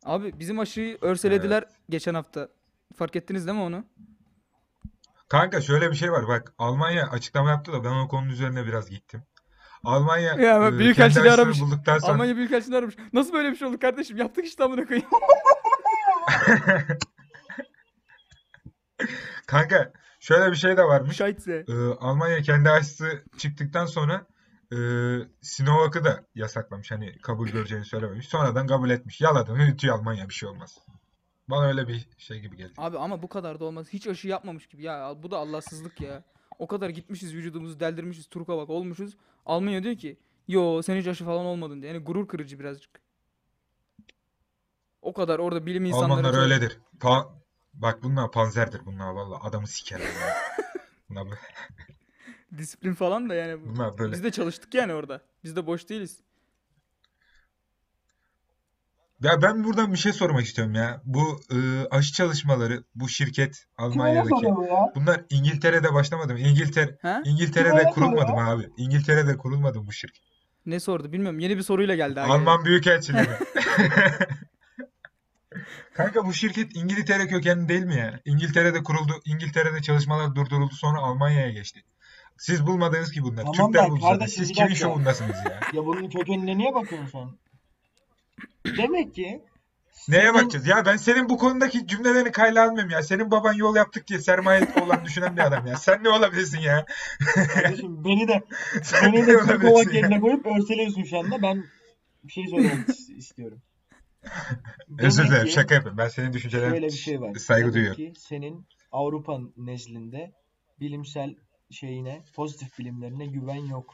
Speaker 2: Abi bizim aşıyı örselediler geçen hafta. Fark ettiniz değil mi onu?
Speaker 4: Kanka şöyle bir şey var. Bak Almanya açıklama yaptı da ben o konunun üzerine biraz gittim. Almanya
Speaker 2: Ya ben
Speaker 4: e,
Speaker 2: büyük
Speaker 4: kendi
Speaker 2: elçiliği
Speaker 4: aşısını
Speaker 2: aramış.
Speaker 4: bulduktan sonra
Speaker 2: Almanya Büyükelçiliği aramış. Nasıl böyle bir şey oldu kardeşim? Yaptık işte amına koyayım.
Speaker 4: kanka şöyle bir şey de varmış.
Speaker 2: Şahitse.
Speaker 4: E, Almanya kendi aşısı çıktıktan sonra e, Sinovac'ı da yasaklamış. Hani kabul göreceğini söylememiş. Sonradan kabul etmiş. Yaladın. Hütü Almanya bir şey olmaz. Bana öyle bir şey gibi geldi.
Speaker 2: Abi ama bu kadar da olmaz. Hiç aşı yapmamış gibi. Ya bu da Allahsızlık ya. O kadar gitmişiz vücudumuzu deldirmişiz. Turka bak olmuşuz. Almanya diyor ki yo sen hiç aşı falan olmadın diye. Yani gurur kırıcı birazcık. O kadar orada bilim insanları.
Speaker 4: Almanlar
Speaker 2: çalış-
Speaker 4: öyledir. Pa- bak bunlar panzerdir bunlar valla. Adamı
Speaker 2: [laughs]
Speaker 4: sikerler ya. Bunlar, bö-
Speaker 2: Disiplin falan da yani. bu-
Speaker 4: bunlar böyle.
Speaker 2: Biz de çalıştık yani orada. Biz de boş değiliz.
Speaker 4: Ya ben buradan bir şey sormak istiyorum ya. Bu e, aşı çalışmaları, bu şirket
Speaker 3: Kim öyle
Speaker 4: Almanya'daki.
Speaker 3: soruyor ya?
Speaker 4: Bunlar İngiltere'de başlamadı mı? İngiltere,
Speaker 2: Ha?
Speaker 4: İngiltere'de
Speaker 3: Kim öyle
Speaker 4: kurulmadı mı abi? İngiltere'de kurulmadı mı bu şirket?
Speaker 2: Ne sordu bilmiyorum. Yeni bir soruyla geldi. abi.
Speaker 4: Alman Büyükelçiliği mi? [laughs] Kanka bu şirket İngiltere kökenli değil mi ya? İngiltere'de kuruldu, İngiltere'de çalışmalar durduruldu, sonra Almanya'ya geçti. Siz bulmadınız ki bunları.
Speaker 3: Tamam
Speaker 4: Türkler
Speaker 3: da
Speaker 4: buldu zaten.
Speaker 3: kardeşim
Speaker 4: Siz
Speaker 3: bir
Speaker 4: kimin
Speaker 3: dakika.
Speaker 4: şovundasınız ya?
Speaker 3: Ya bunun kökenine niye bakıyorsun sen? Demek ki
Speaker 4: Neye bakacağız? Ya ben senin bu konudaki cümlelerini kayda almıyorum ya. Senin baban yol yaptık diye sermaye
Speaker 3: [laughs]
Speaker 4: olan düşünen bir adam ya. Sen ne olabilirsin ya?
Speaker 3: kardeşim beni de
Speaker 4: [laughs] Sen
Speaker 3: beni
Speaker 4: ne
Speaker 3: de
Speaker 4: olabilirsin
Speaker 3: Kırkovak
Speaker 4: ya?
Speaker 3: yerine koyup örseliyorsun şu anda. Ben bir şey söylemek is- istiyorum.
Speaker 4: Özür
Speaker 3: Demek
Speaker 4: dilerim,
Speaker 3: ki
Speaker 4: şaka yapıyorum. Ben senin düşüncelerine
Speaker 3: şöyle bir şey var.
Speaker 4: saygı
Speaker 3: Demek
Speaker 4: duyuyorum.
Speaker 3: ki senin Avrupa nezdinde bilimsel şeyine, pozitif bilimlerine güven yok.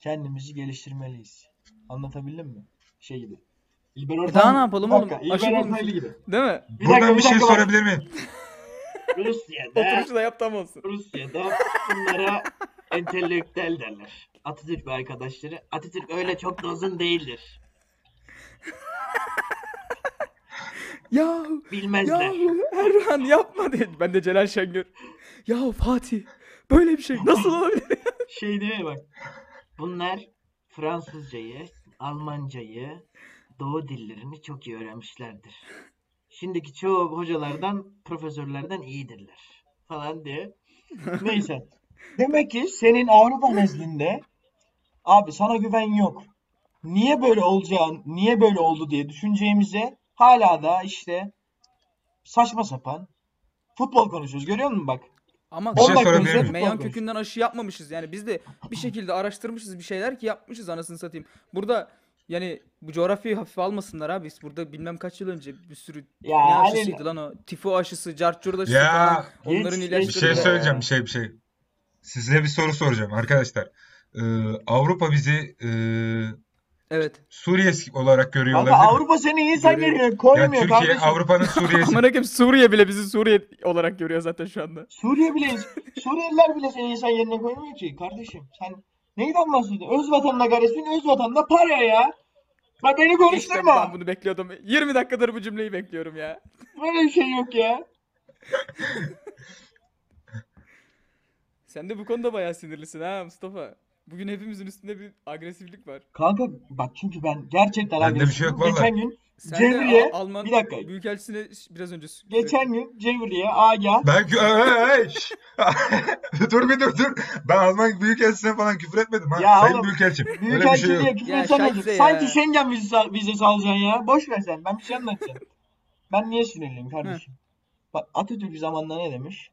Speaker 3: Kendimizi geliştirmeliyiz. Anlatabildim mi? Şey gibi. İlber Ortaylı-
Speaker 2: daha ne yapalım
Speaker 3: Bir dakika,
Speaker 2: oğlum?
Speaker 3: İlber
Speaker 2: Aşı bulmuş.
Speaker 3: Ortaylı gibi.
Speaker 2: Değil mi?
Speaker 3: Bir
Speaker 4: Buradan
Speaker 3: dakika,
Speaker 4: bir
Speaker 3: bir
Speaker 4: şey
Speaker 3: dakika bak.
Speaker 4: sorabilir miyim?
Speaker 3: Rusya'da
Speaker 2: Oturuşu da yap tam olsun.
Speaker 3: Rusya'da bunlara entelektüel derler. Atatürk ve arkadaşları. Atatürk öyle çok da uzun değildir.
Speaker 2: Yahu.
Speaker 3: Bilmezler.
Speaker 2: Yahu Erhan yapma dedi. Ben de Celal Şengör. Yahu Fatih. Böyle bir şey nasıl olabilir?
Speaker 3: Şey diyor ya bak. Bunlar Fransızcayı, Almancayı, Doğu dillerini çok iyi öğrenmişlerdir. Şimdiki çoğu hocalardan, profesörlerden iyidirler. Falan diye. Neyse. Demek ki senin Avrupa nezdinde abi sana güven yok. Niye böyle olacağın, niye böyle oldu diye düşüneceğimize hala da işte saçma sapan futbol konuşuyoruz. Görüyor musun bak?
Speaker 2: Ama
Speaker 4: Bir şey
Speaker 2: kanka
Speaker 4: sorabilir
Speaker 2: biz
Speaker 4: miyim?
Speaker 2: de meyan
Speaker 3: Pardon.
Speaker 2: kökünden aşı yapmamışız. Yani biz de bir şekilde araştırmışız bir şeyler ki yapmışız anasını satayım. Burada yani bu coğrafyayı hafife almasınlar abi. Biz burada bilmem kaç yıl önce bir sürü
Speaker 3: Ya
Speaker 2: ne
Speaker 3: Ali-
Speaker 2: aşısıydı lan o? Tifo aşısı, carçur aşısı
Speaker 4: Ya.
Speaker 2: falan. Onların
Speaker 3: Hiç- hiç-
Speaker 4: Bir şey
Speaker 2: ilaçları. da-
Speaker 4: söyleyeceğim, bir şey, bir şey. Size bir soru soracağım arkadaşlar. Ee, Avrupa bizi e,
Speaker 2: Evet. [laughs]
Speaker 4: Suriyesi olarak görüyor
Speaker 3: Abi
Speaker 4: olabilir. mi?
Speaker 3: Avrupa seni insan
Speaker 2: Görüyorum.
Speaker 3: görüyor,
Speaker 4: Yani
Speaker 3: koymuyor
Speaker 4: Türkiye
Speaker 3: kardeşim.
Speaker 4: Avrupa'nın
Speaker 3: [laughs]
Speaker 4: Suriyesi.
Speaker 2: Amına koyayım Suriye bile bizi Suriye olarak görüyor zaten şu anda.
Speaker 3: Suriye bile, Suriyeliler bile seni insan yerine koymuyor ki kardeşim. Sen neyden bahsediyorsun? Öz vatanına garisin, öz vatanına para ya. Bak beni
Speaker 2: İşte
Speaker 3: konuşturma.
Speaker 2: ben bunu bekliyordum. 20 dakikadır bu cümleyi bekliyorum ya.
Speaker 3: Böyle bir şey yok ya.
Speaker 2: Sen de bu konuda bayağı sinirlisin ha Mustafa. Bugün hepimizin üstünde bir agresiflik var.
Speaker 3: Kanka bak çünkü ben gerçekten
Speaker 4: Bende bir
Speaker 3: agresifim.
Speaker 4: şey yok
Speaker 3: Geçen
Speaker 4: vallahi.
Speaker 3: gün
Speaker 2: Sen
Speaker 3: Cevriye,
Speaker 2: de Al- Alman
Speaker 3: bir dakika.
Speaker 2: Büyükelçisi'ne ş- biraz önce s-
Speaker 3: geçen gün Cevriye, Aga
Speaker 4: [laughs] Ben kü- Ay, ay, şş. [laughs] dur bir dur dur. Ben Alman Büyükelçisi'ne falan küfür etmedim ha.
Speaker 3: Ya
Speaker 4: Sayın
Speaker 3: oğlum,
Speaker 4: Büyükelçim. Öyle bir şey yok.
Speaker 3: Büyükelçiliğe küfür
Speaker 2: Ya
Speaker 3: etsem de-
Speaker 2: şahitse ya.
Speaker 3: Sanki Schengen vizesi, vizesi alacaksın ya. Boş ver sen. Ben bir şey anlatacağım. ben niye sinirliyim kardeşim? Bak Atatürk zamanında ne demiş?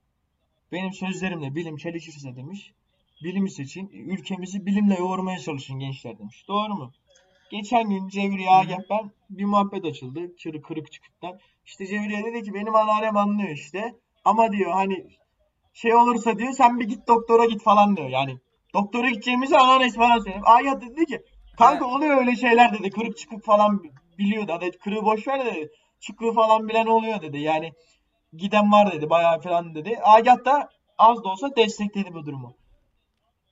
Speaker 3: Benim sözlerimle bilim çelişirse demiş. Bilimi seçin. Ülkemizi bilimle yoğurmaya çalışın gençler demiş. Doğru mu? Geçen gün Cevriye Agah ben bir muhabbet açıldı. Çırı kırık çıkıktan. İşte Cevriye dedi ki benim anneannem anlıyor işte. Ama diyor hani şey olursa diyor sen bir git doktora git falan diyor. Yani doktora gideceğimizi anneannesi falan söylüyor. Ayat dedi ki kanka oluyor öyle şeyler dedi. Kırık çıkık falan biliyordu. Hadi kırığı boş ver dedi. Çıkığı falan bilen oluyor dedi. Yani giden var dedi bayağı falan dedi. Agah da az da olsa destekledi bu durumu.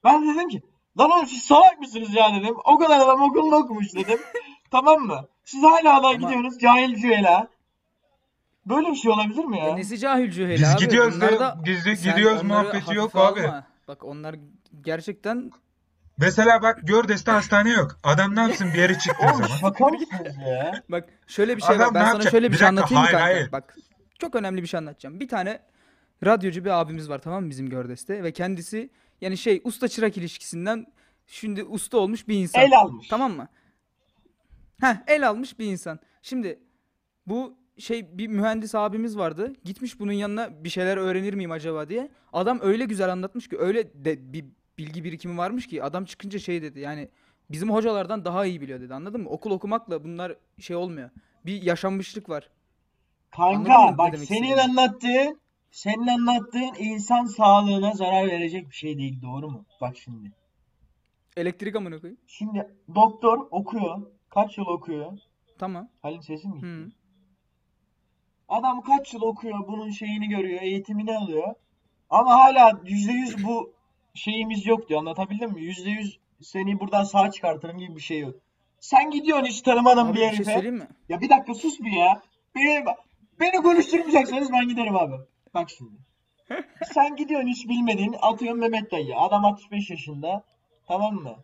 Speaker 3: Ben dedim ki lan oğlum siz salak mısınız ya dedim. O kadar adam okulda okumuş dedim. tamam mı? Siz hala da
Speaker 2: Ama-
Speaker 3: gidiyorsunuz cahil cüela. Böyle bir şey olabilir mi ya?
Speaker 2: Nesi cahil cüheli
Speaker 4: Biz
Speaker 2: abi?
Speaker 4: gidiyoruz
Speaker 2: Bunlar
Speaker 4: diye
Speaker 2: da-
Speaker 4: gizli
Speaker 2: Sen
Speaker 4: gidiyoruz
Speaker 2: onları
Speaker 4: muhabbeti
Speaker 2: hafife
Speaker 4: yok abi.
Speaker 2: alma. Bak onlar gerçekten
Speaker 4: Mesela bak Gördes'te hastane yok. Adam ne yapsın bir yeri çıktığı
Speaker 3: Oğlum
Speaker 4: zaman.
Speaker 3: şaka mısınız ya?
Speaker 2: Bak şöyle bir şey
Speaker 4: Adam
Speaker 2: var.
Speaker 4: ne
Speaker 2: Ben sana
Speaker 4: yapacak?
Speaker 2: şöyle bir,
Speaker 4: Bir
Speaker 2: şey
Speaker 4: dakika,
Speaker 2: anlatayım mı
Speaker 4: hayır,
Speaker 2: kanka?
Speaker 4: hayır.
Speaker 2: Bak çok önemli bir şey anlatacağım. Bir tane radyocu bir abimiz var tamam mı bizim Gördes'te ve kendisi yani şey usta çırak ilişkisinden şimdi usta olmuş bir insan.
Speaker 3: El almış.
Speaker 2: Tamam mı? Heh el almış bir insan. Şimdi bu şey bir mühendis abimiz vardı. Gitmiş bunun yanına bir şeyler öğrenir miyim acaba diye. Adam öyle güzel anlatmış ki öyle de bir bilgi birikimi varmış ki adam çıkınca şey dedi. Yani bizim hocalardan daha iyi biliyor dedi. Anladın mı? Okul okumakla bunlar şey olmuyor. Bir yaşanmışlık var.
Speaker 3: Kanka
Speaker 2: Anladın mı ne
Speaker 3: bak
Speaker 2: demek
Speaker 3: senin
Speaker 2: istediğimi?
Speaker 3: anlattığın senin anlattığın insan sağlığına zarar verecek bir şey değil doğru mu? Bak şimdi.
Speaker 2: Elektrik amına koyayım.
Speaker 3: Şimdi doktor okuyor. Kaç yıl okuyor?
Speaker 2: Tamam.
Speaker 3: Halil sesi mi?
Speaker 2: Hı.
Speaker 3: gitti? Adam kaç yıl okuyor, bunun şeyini görüyor, eğitimini alıyor. Ama hala %100 bu şeyimiz yok diyor. Anlatabildim mi? %100 seni buradan sağ çıkartırım gibi bir şey yok. Sen gidiyorsun hiç tanımadığın
Speaker 2: Abi
Speaker 3: bir
Speaker 2: bir şey
Speaker 3: herife.
Speaker 2: söyleyeyim mi?
Speaker 3: Ya bir dakika sus bir ya. Beni, beni konuşturmayacaksanız ben giderim abi. Bak şimdi. Sen gidiyorsun hiç bilmediğin atıyorsun Mehmet dayı. Adam 65 yaşında. Tamam mı?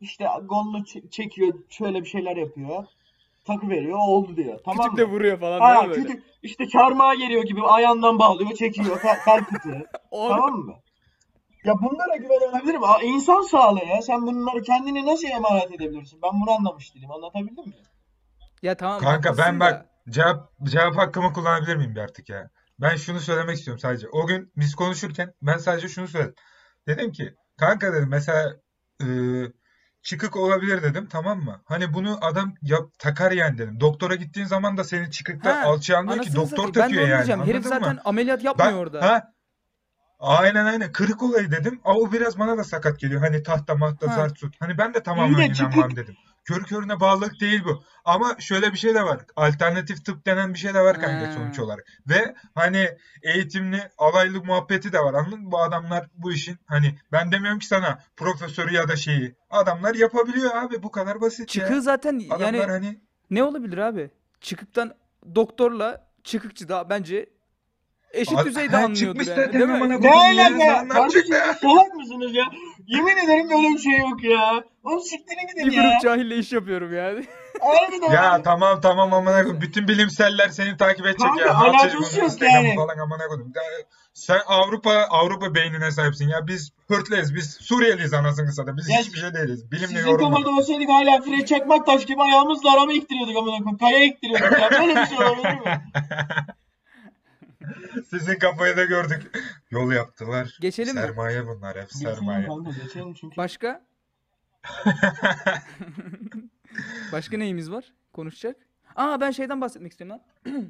Speaker 3: İşte golunu ç- çekiyor. Şöyle bir şeyler yapıyor. Takı veriyor. Oldu diyor. Tamam
Speaker 2: Küçük de
Speaker 3: mı?
Speaker 2: vuruyor falan
Speaker 3: Ha,
Speaker 2: değil mi böyle?
Speaker 3: küçük- işte çarmıha geliyor gibi ayağından bağlıyor. Çekiyor. Fel, fel fıtığı.
Speaker 2: [laughs] Oğlum,
Speaker 3: tamam mı? Ya bunlara güvenebilir mi? Aa, İnsan sağlığı ya. Sen bunları kendini nasıl emanet edebilirsin? Ben bunu anlamış değilim. Anlatabildim mi?
Speaker 2: Ya tamam.
Speaker 4: Kanka ben
Speaker 2: haklısın
Speaker 4: bak
Speaker 2: da.
Speaker 4: cevap cevap hakkımı kullanabilir miyim bir artık ya? Ben şunu söylemek istiyorum sadece. O gün biz konuşurken ben sadece şunu söyledim. Dedim ki kanka dedim mesela e, çıkık olabilir dedim tamam mı? Hani bunu adam yap, takar yani dedim. Doktora gittiğin zaman da seni çıkıkta
Speaker 2: Ha,
Speaker 4: alçıya almıyor ki
Speaker 2: Anasını
Speaker 4: doktor
Speaker 2: satayım. Ben de
Speaker 4: takıyor
Speaker 2: onu
Speaker 4: yani
Speaker 2: diyeceğim. Herif
Speaker 4: anladın mı?
Speaker 2: zaten ameliyat
Speaker 4: Ben,
Speaker 2: yapmıyor orada.
Speaker 4: ha, aynen aynen kırık olayı dedim. Aa, o biraz bana da sakat geliyor. Hani tahta mahta
Speaker 2: Ha.
Speaker 4: zart tut. Hani ben de tamamen
Speaker 3: İyi de çıkık.
Speaker 4: inanmam dedim. Körü körüne bağlılık değil bu. Ama şöyle bir şey de var. Alternatif tıp denen bir şey de var kanka
Speaker 2: Ha.
Speaker 4: sonuç olarak. Ve hani eğitimli alaylı muhabbeti de var. Anladın mı? Bu adamlar bu işin hani ben demiyorum ki sana profesörü ya da şeyi. Adamlar yapabiliyor abi. Bu kadar basit ya.
Speaker 2: Çıkığı zaten
Speaker 4: Adamlar
Speaker 2: yani
Speaker 4: hani
Speaker 2: Ne olabilir abi? Çıkıktan doktorla çıkıkçı da bence eşit
Speaker 4: Ad-
Speaker 2: düzeyde
Speaker 4: Ha,
Speaker 2: anlıyordur
Speaker 4: çıkmış
Speaker 2: yani,
Speaker 4: zaten
Speaker 2: değil mi?
Speaker 4: amına
Speaker 3: Ne
Speaker 4: koyayım
Speaker 3: alaka?
Speaker 4: ya, sen ne
Speaker 3: Kardeşim
Speaker 4: yapacaksın ya?
Speaker 3: siz salak mısınız ya? Yemin ederim öyle bir şey yok ya. Oğlum siktirin gidin
Speaker 2: Bir
Speaker 3: ya.
Speaker 2: grup şey- cahille iş yapıyorum
Speaker 4: [laughs]
Speaker 2: yani.
Speaker 3: Harbiden
Speaker 4: Ya
Speaker 3: öyle.
Speaker 4: tamam tamam amına
Speaker 2: Neyse.
Speaker 4: koyayım. Bütün bilimseller seni takip edecek
Speaker 3: Kanka,
Speaker 4: ya. Ne yapacağız
Speaker 3: alakası
Speaker 4: bunu?
Speaker 3: yok
Speaker 4: Instagram'ı
Speaker 3: yani.
Speaker 4: falan amına koyayım. Ya, Sen Avrupa Avrupa beynine sahipsin ya. Biz hırtlıyız. Biz Suriyeliyiz anasını satayım. Biz
Speaker 3: Ya,
Speaker 4: hiçbir şey değiliz. Bilimle
Speaker 3: Sizin kafada
Speaker 4: yorumlamak.
Speaker 3: olsaydık hala fire çakmak taş gibi ayağımızla araba iktiriyorduk amına koyayım. Kaya iktiriyorduk ya. Böyle bir şey olabilir mi?
Speaker 4: Sizin kafayı da gördük. Yol yaptılar.
Speaker 2: Geçelim mi?
Speaker 4: Sermaye bunlar hep [laughs] sermaye.
Speaker 3: Kanka geçelim çünkü.
Speaker 4: [laughs]
Speaker 2: Başka? Başka neyimiz var? Konuşacak. Aa ben şeyden bahsetmek istiyorum lan. [clears throat]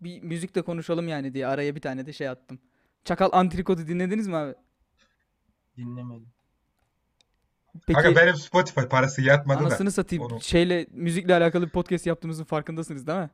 Speaker 2: bir müzikle konuşalım yani diye araya bir tane de şey attım. Çakal Antrikot'u dinlediniz mi abi?
Speaker 3: Dinlemedim.
Speaker 2: Peki
Speaker 4: Aga benim Spotify parası yatmadı da.
Speaker 2: anasını satayım
Speaker 4: onu-
Speaker 2: şeyle müzikle alakalı bir podcast yaptığımızın farkındasınız değil mi?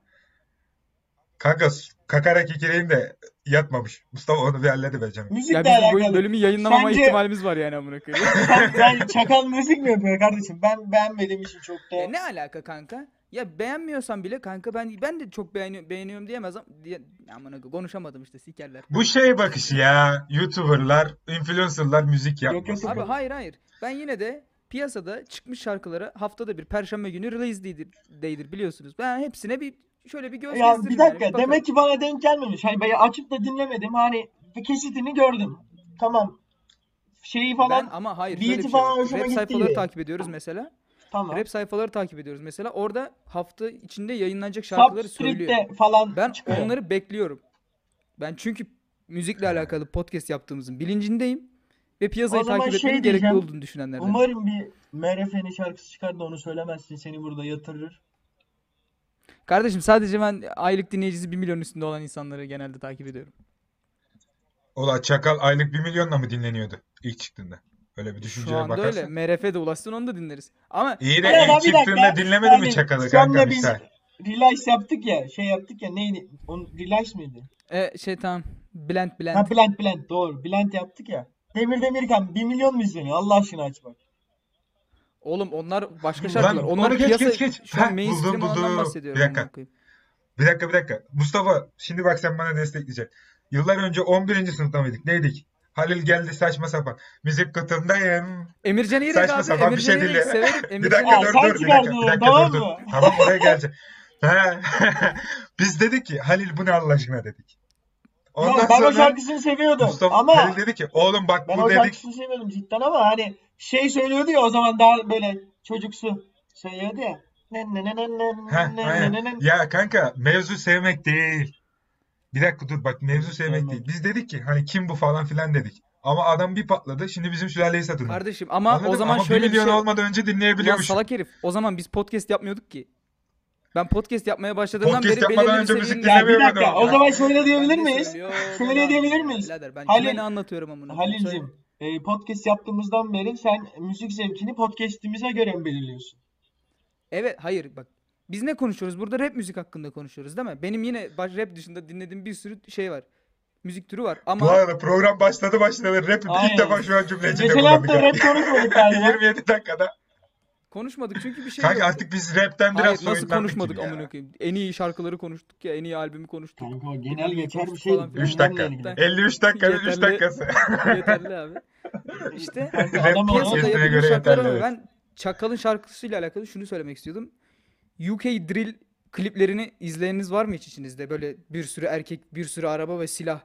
Speaker 4: Kanka s- kakarak ikileyim de yatmamış. Mustafa onu bir halledebileceğim.
Speaker 3: Müzikle
Speaker 2: Ya bizim bu
Speaker 3: alakalı.
Speaker 2: bölümü yayınlamama
Speaker 3: Sence-
Speaker 2: ihtimalimiz var yani amına
Speaker 3: [laughs]
Speaker 2: koyayım.
Speaker 3: Sen, sen çakal müzik mi yapıyor kardeşim? Ben beğenmediğim için çok da.
Speaker 2: E ne alaka kanka? Ya beğenmiyorsan bile kanka ben ben de çok beğeni, beğeniyorum diyemez ama diye, amına koyayım, konuşamadım işte sikerler.
Speaker 4: Bu şey bakışı ya. YouTuber'lar, influencer'lar müzik
Speaker 3: Yok,
Speaker 4: yapmaz.
Speaker 3: yok,
Speaker 2: Abi
Speaker 3: Bakalım.
Speaker 2: hayır hayır. Ben yine de piyasada çıkmış şarkılara haftada bir perşembe günü release değildir, değildir biliyorsunuz. Ben hepsine bir şöyle bir göz
Speaker 3: Ya bir
Speaker 2: gezdiririm yani,
Speaker 3: dakika
Speaker 2: bakarım.
Speaker 3: demek ki bana denk gelmemiş. Hani ben açıp da dinlemedim. Hani bir kesitini gördüm. Tamam. Şeyi
Speaker 2: ben
Speaker 3: falan
Speaker 2: ama hayır
Speaker 3: bir
Speaker 2: şöyle bir şey
Speaker 3: itibaren
Speaker 2: var.
Speaker 3: hoşuma
Speaker 2: Rap
Speaker 3: gitti
Speaker 2: sayfaları
Speaker 3: gibi.
Speaker 2: takip ediyoruz mesela.
Speaker 3: tamam.
Speaker 2: Rap sayfaları takip ediyoruz mesela. Orada hafta içinde yayınlanacak şarkıları söylüyor.
Speaker 3: Substreet'te falan
Speaker 2: Ben
Speaker 3: çıkıyor.
Speaker 2: onları bekliyorum. Ben çünkü müzikle alakalı podcast yaptığımızın bilincindeyim ve piyasayı
Speaker 3: O zaman
Speaker 2: takip
Speaker 3: şey
Speaker 2: etmenin gerekli
Speaker 3: diyeceğim.
Speaker 2: olduğunu düşünenlerden.
Speaker 3: Umarım bir MRF'nin şarkısı çıkar da onu söylemezsin. Seni burada yatırır.
Speaker 2: Kardeşim sadece ben aylık dinleyicisi 1 milyon üstünde olan insanları genelde takip ediyorum.
Speaker 4: Ola Çakal aylık 1 milyonla mı dinleniyordu ilk çıktığında? Öyle bir
Speaker 2: Şu
Speaker 4: düşünceye
Speaker 2: anda öyle.
Speaker 4: bakarsan.
Speaker 2: MRF de ulaşsın onu da dinleriz. Ama
Speaker 4: İyi de
Speaker 3: Ama
Speaker 4: ilk
Speaker 3: bir dakika,
Speaker 4: çıktığında dinlemedi mi
Speaker 3: yani
Speaker 4: Çakal'ı
Speaker 3: senle
Speaker 4: kanka
Speaker 3: biz-
Speaker 4: misal?
Speaker 3: Relax yaptık ya. Şey yaptık ya neydi? Onun Relax mıydı?
Speaker 2: e, şey tamam. Blend blend.
Speaker 3: Ha Blend Blend doğru. Blend yaptık ya. Demir Demirkan 1 milyon mu izleniyor? Allah aşkına aç bak.
Speaker 2: Oğlum onlar başka
Speaker 4: Lan
Speaker 2: şarkılar.
Speaker 4: bunları
Speaker 2: Onlar
Speaker 4: geç,
Speaker 2: piyasa
Speaker 4: geç, geç.
Speaker 2: şu an
Speaker 4: Heh,
Speaker 2: mainstream
Speaker 4: buldum,
Speaker 2: alandan
Speaker 4: buldum.
Speaker 2: bahsediyorum.
Speaker 4: Bir dakika.
Speaker 2: amına koyayım.
Speaker 4: Bir dakika bir dakika. Mustafa şimdi bak sen bana destekleyecek. Yıllar önce 11. sınıfta mıydık? Neydik? Halil geldi saçma sapan. Müzik kutundayım.
Speaker 2: Emircan İrek
Speaker 4: Saçma
Speaker 2: abi.
Speaker 4: sapan bir şey
Speaker 2: Emircan İrek
Speaker 4: dinle.
Speaker 2: severim.
Speaker 4: [laughs] Bir
Speaker 2: Emircan
Speaker 4: dakika
Speaker 2: İrek.
Speaker 3: Aa, sen
Speaker 4: dur dur. Bir dakika,
Speaker 3: çıkardın
Speaker 4: bir
Speaker 3: onu,
Speaker 4: dakika
Speaker 3: tamam
Speaker 4: dur dur.
Speaker 3: mı?
Speaker 4: Tamam oraya geleceğim. He. [laughs] Biz dedik ki Halil bu ne Allah aşkına dedik.
Speaker 3: Yok,
Speaker 4: Ondan
Speaker 3: ben o
Speaker 4: sonra
Speaker 3: şarkısını seviyordum
Speaker 4: Mustafa
Speaker 3: ama
Speaker 4: Halil dedi ki oğlum bak
Speaker 3: ben
Speaker 4: bu
Speaker 3: o
Speaker 4: dedik.
Speaker 3: şarkısını seviyordum cidden ama hani şey söylüyordu ya o zaman daha böyle çocuksu söylüyordu ya. Ne ne ne ne ne
Speaker 4: Heh,
Speaker 3: ne
Speaker 4: aynen.
Speaker 3: ne ne ne.
Speaker 4: Ya kanka mevzu sevmek değil. Bir dakika dur bak mevzu sevmek
Speaker 3: Sevmek.
Speaker 4: değil. Biz dedik ki hani kim bu falan filan dedik. Ama adam bir patladı. Şimdi bizim sülaleyi satın aldı.
Speaker 2: Kardeşim ama
Speaker 4: Anladın
Speaker 2: o
Speaker 4: mı?
Speaker 2: zaman
Speaker 4: Ama bir
Speaker 2: şöyle bir
Speaker 4: milyon
Speaker 2: şey.
Speaker 4: olmadan önce
Speaker 2: Ulan
Speaker 4: dinleyebiliyormuş.
Speaker 2: salak herif. O zaman biz podcast yapmıyorduk ki. Ben podcast yapmaya başladığımdan
Speaker 4: Podcast
Speaker 2: beri
Speaker 4: yapmadan
Speaker 2: belirli
Speaker 4: önce
Speaker 2: bir
Speaker 4: müzik
Speaker 2: seviyenin
Speaker 3: Ya
Speaker 2: üzerinde-
Speaker 3: bir
Speaker 4: Seviyordum
Speaker 3: dakika
Speaker 4: ama.
Speaker 3: o zaman şöyle
Speaker 2: Ben
Speaker 3: diyebilir
Speaker 2: de
Speaker 3: miyiz?
Speaker 2: söylüyorum
Speaker 3: Şöyle
Speaker 2: abi.
Speaker 3: diyebilir miyiz?
Speaker 2: Birader ben
Speaker 3: Halil-
Speaker 2: kime ne anlatıyorum amına koyayım? Söyle.
Speaker 3: Halil'cim e, podcast yaptığımızdan beri sen müzik zevkini podcast'imize göre mi
Speaker 4: [laughs]
Speaker 3: belirliyorsun?
Speaker 2: Evet hayır bak. Biz ne konuşuyoruz? Burada rap müzik hakkında konuşuyoruz değil mi? Benim yine baş- rap dışında dinlediğim bir sürü şey var. Müzik türü var
Speaker 4: Bu
Speaker 2: ama
Speaker 4: arada program başladı başladı. Rap
Speaker 3: Aynen.
Speaker 4: ilk defa şu an cümle içinde
Speaker 3: Geçen hafta
Speaker 4: [laughs] kullandık.
Speaker 3: rap konuşmadık galiba.
Speaker 4: 27 dakikada.
Speaker 2: konuşmadık çünkü bir şey
Speaker 4: Kanka
Speaker 2: yoktu.
Speaker 4: artık biz rapten
Speaker 2: Hayır,
Speaker 4: biraz
Speaker 2: nasıl
Speaker 4: soyutlandık gibi
Speaker 2: konuşmadık
Speaker 4: ya.
Speaker 2: amına koyayım? En iyi şarkıları konuştuk ya, en iyi albümü konuştuk.
Speaker 3: Kanka genel geçer bir şey.
Speaker 2: Falan filan.
Speaker 4: Üç
Speaker 3: Bunlarla
Speaker 4: dakika.
Speaker 3: ilgili.
Speaker 2: Evet.
Speaker 4: 53 dakikanın 3
Speaker 2: Yeterli. [laughs]
Speaker 4: dakikası.
Speaker 2: Yeterli abi. İşte
Speaker 4: [laughs] Rap
Speaker 3: Adam
Speaker 2: piyasada
Speaker 3: olarak
Speaker 4: podcast'ine
Speaker 2: yapılmış
Speaker 4: göre
Speaker 2: şarkılar
Speaker 4: yeterli,
Speaker 2: var.
Speaker 4: evet.
Speaker 2: Ben Çakal'ın şarkısıyla alakalı şunu söylemek istiyordum. UK Drill kliplerini izleyeniniz var mı hiç içinizde? Böyle bir sürü erkek, bir sürü araba ve silah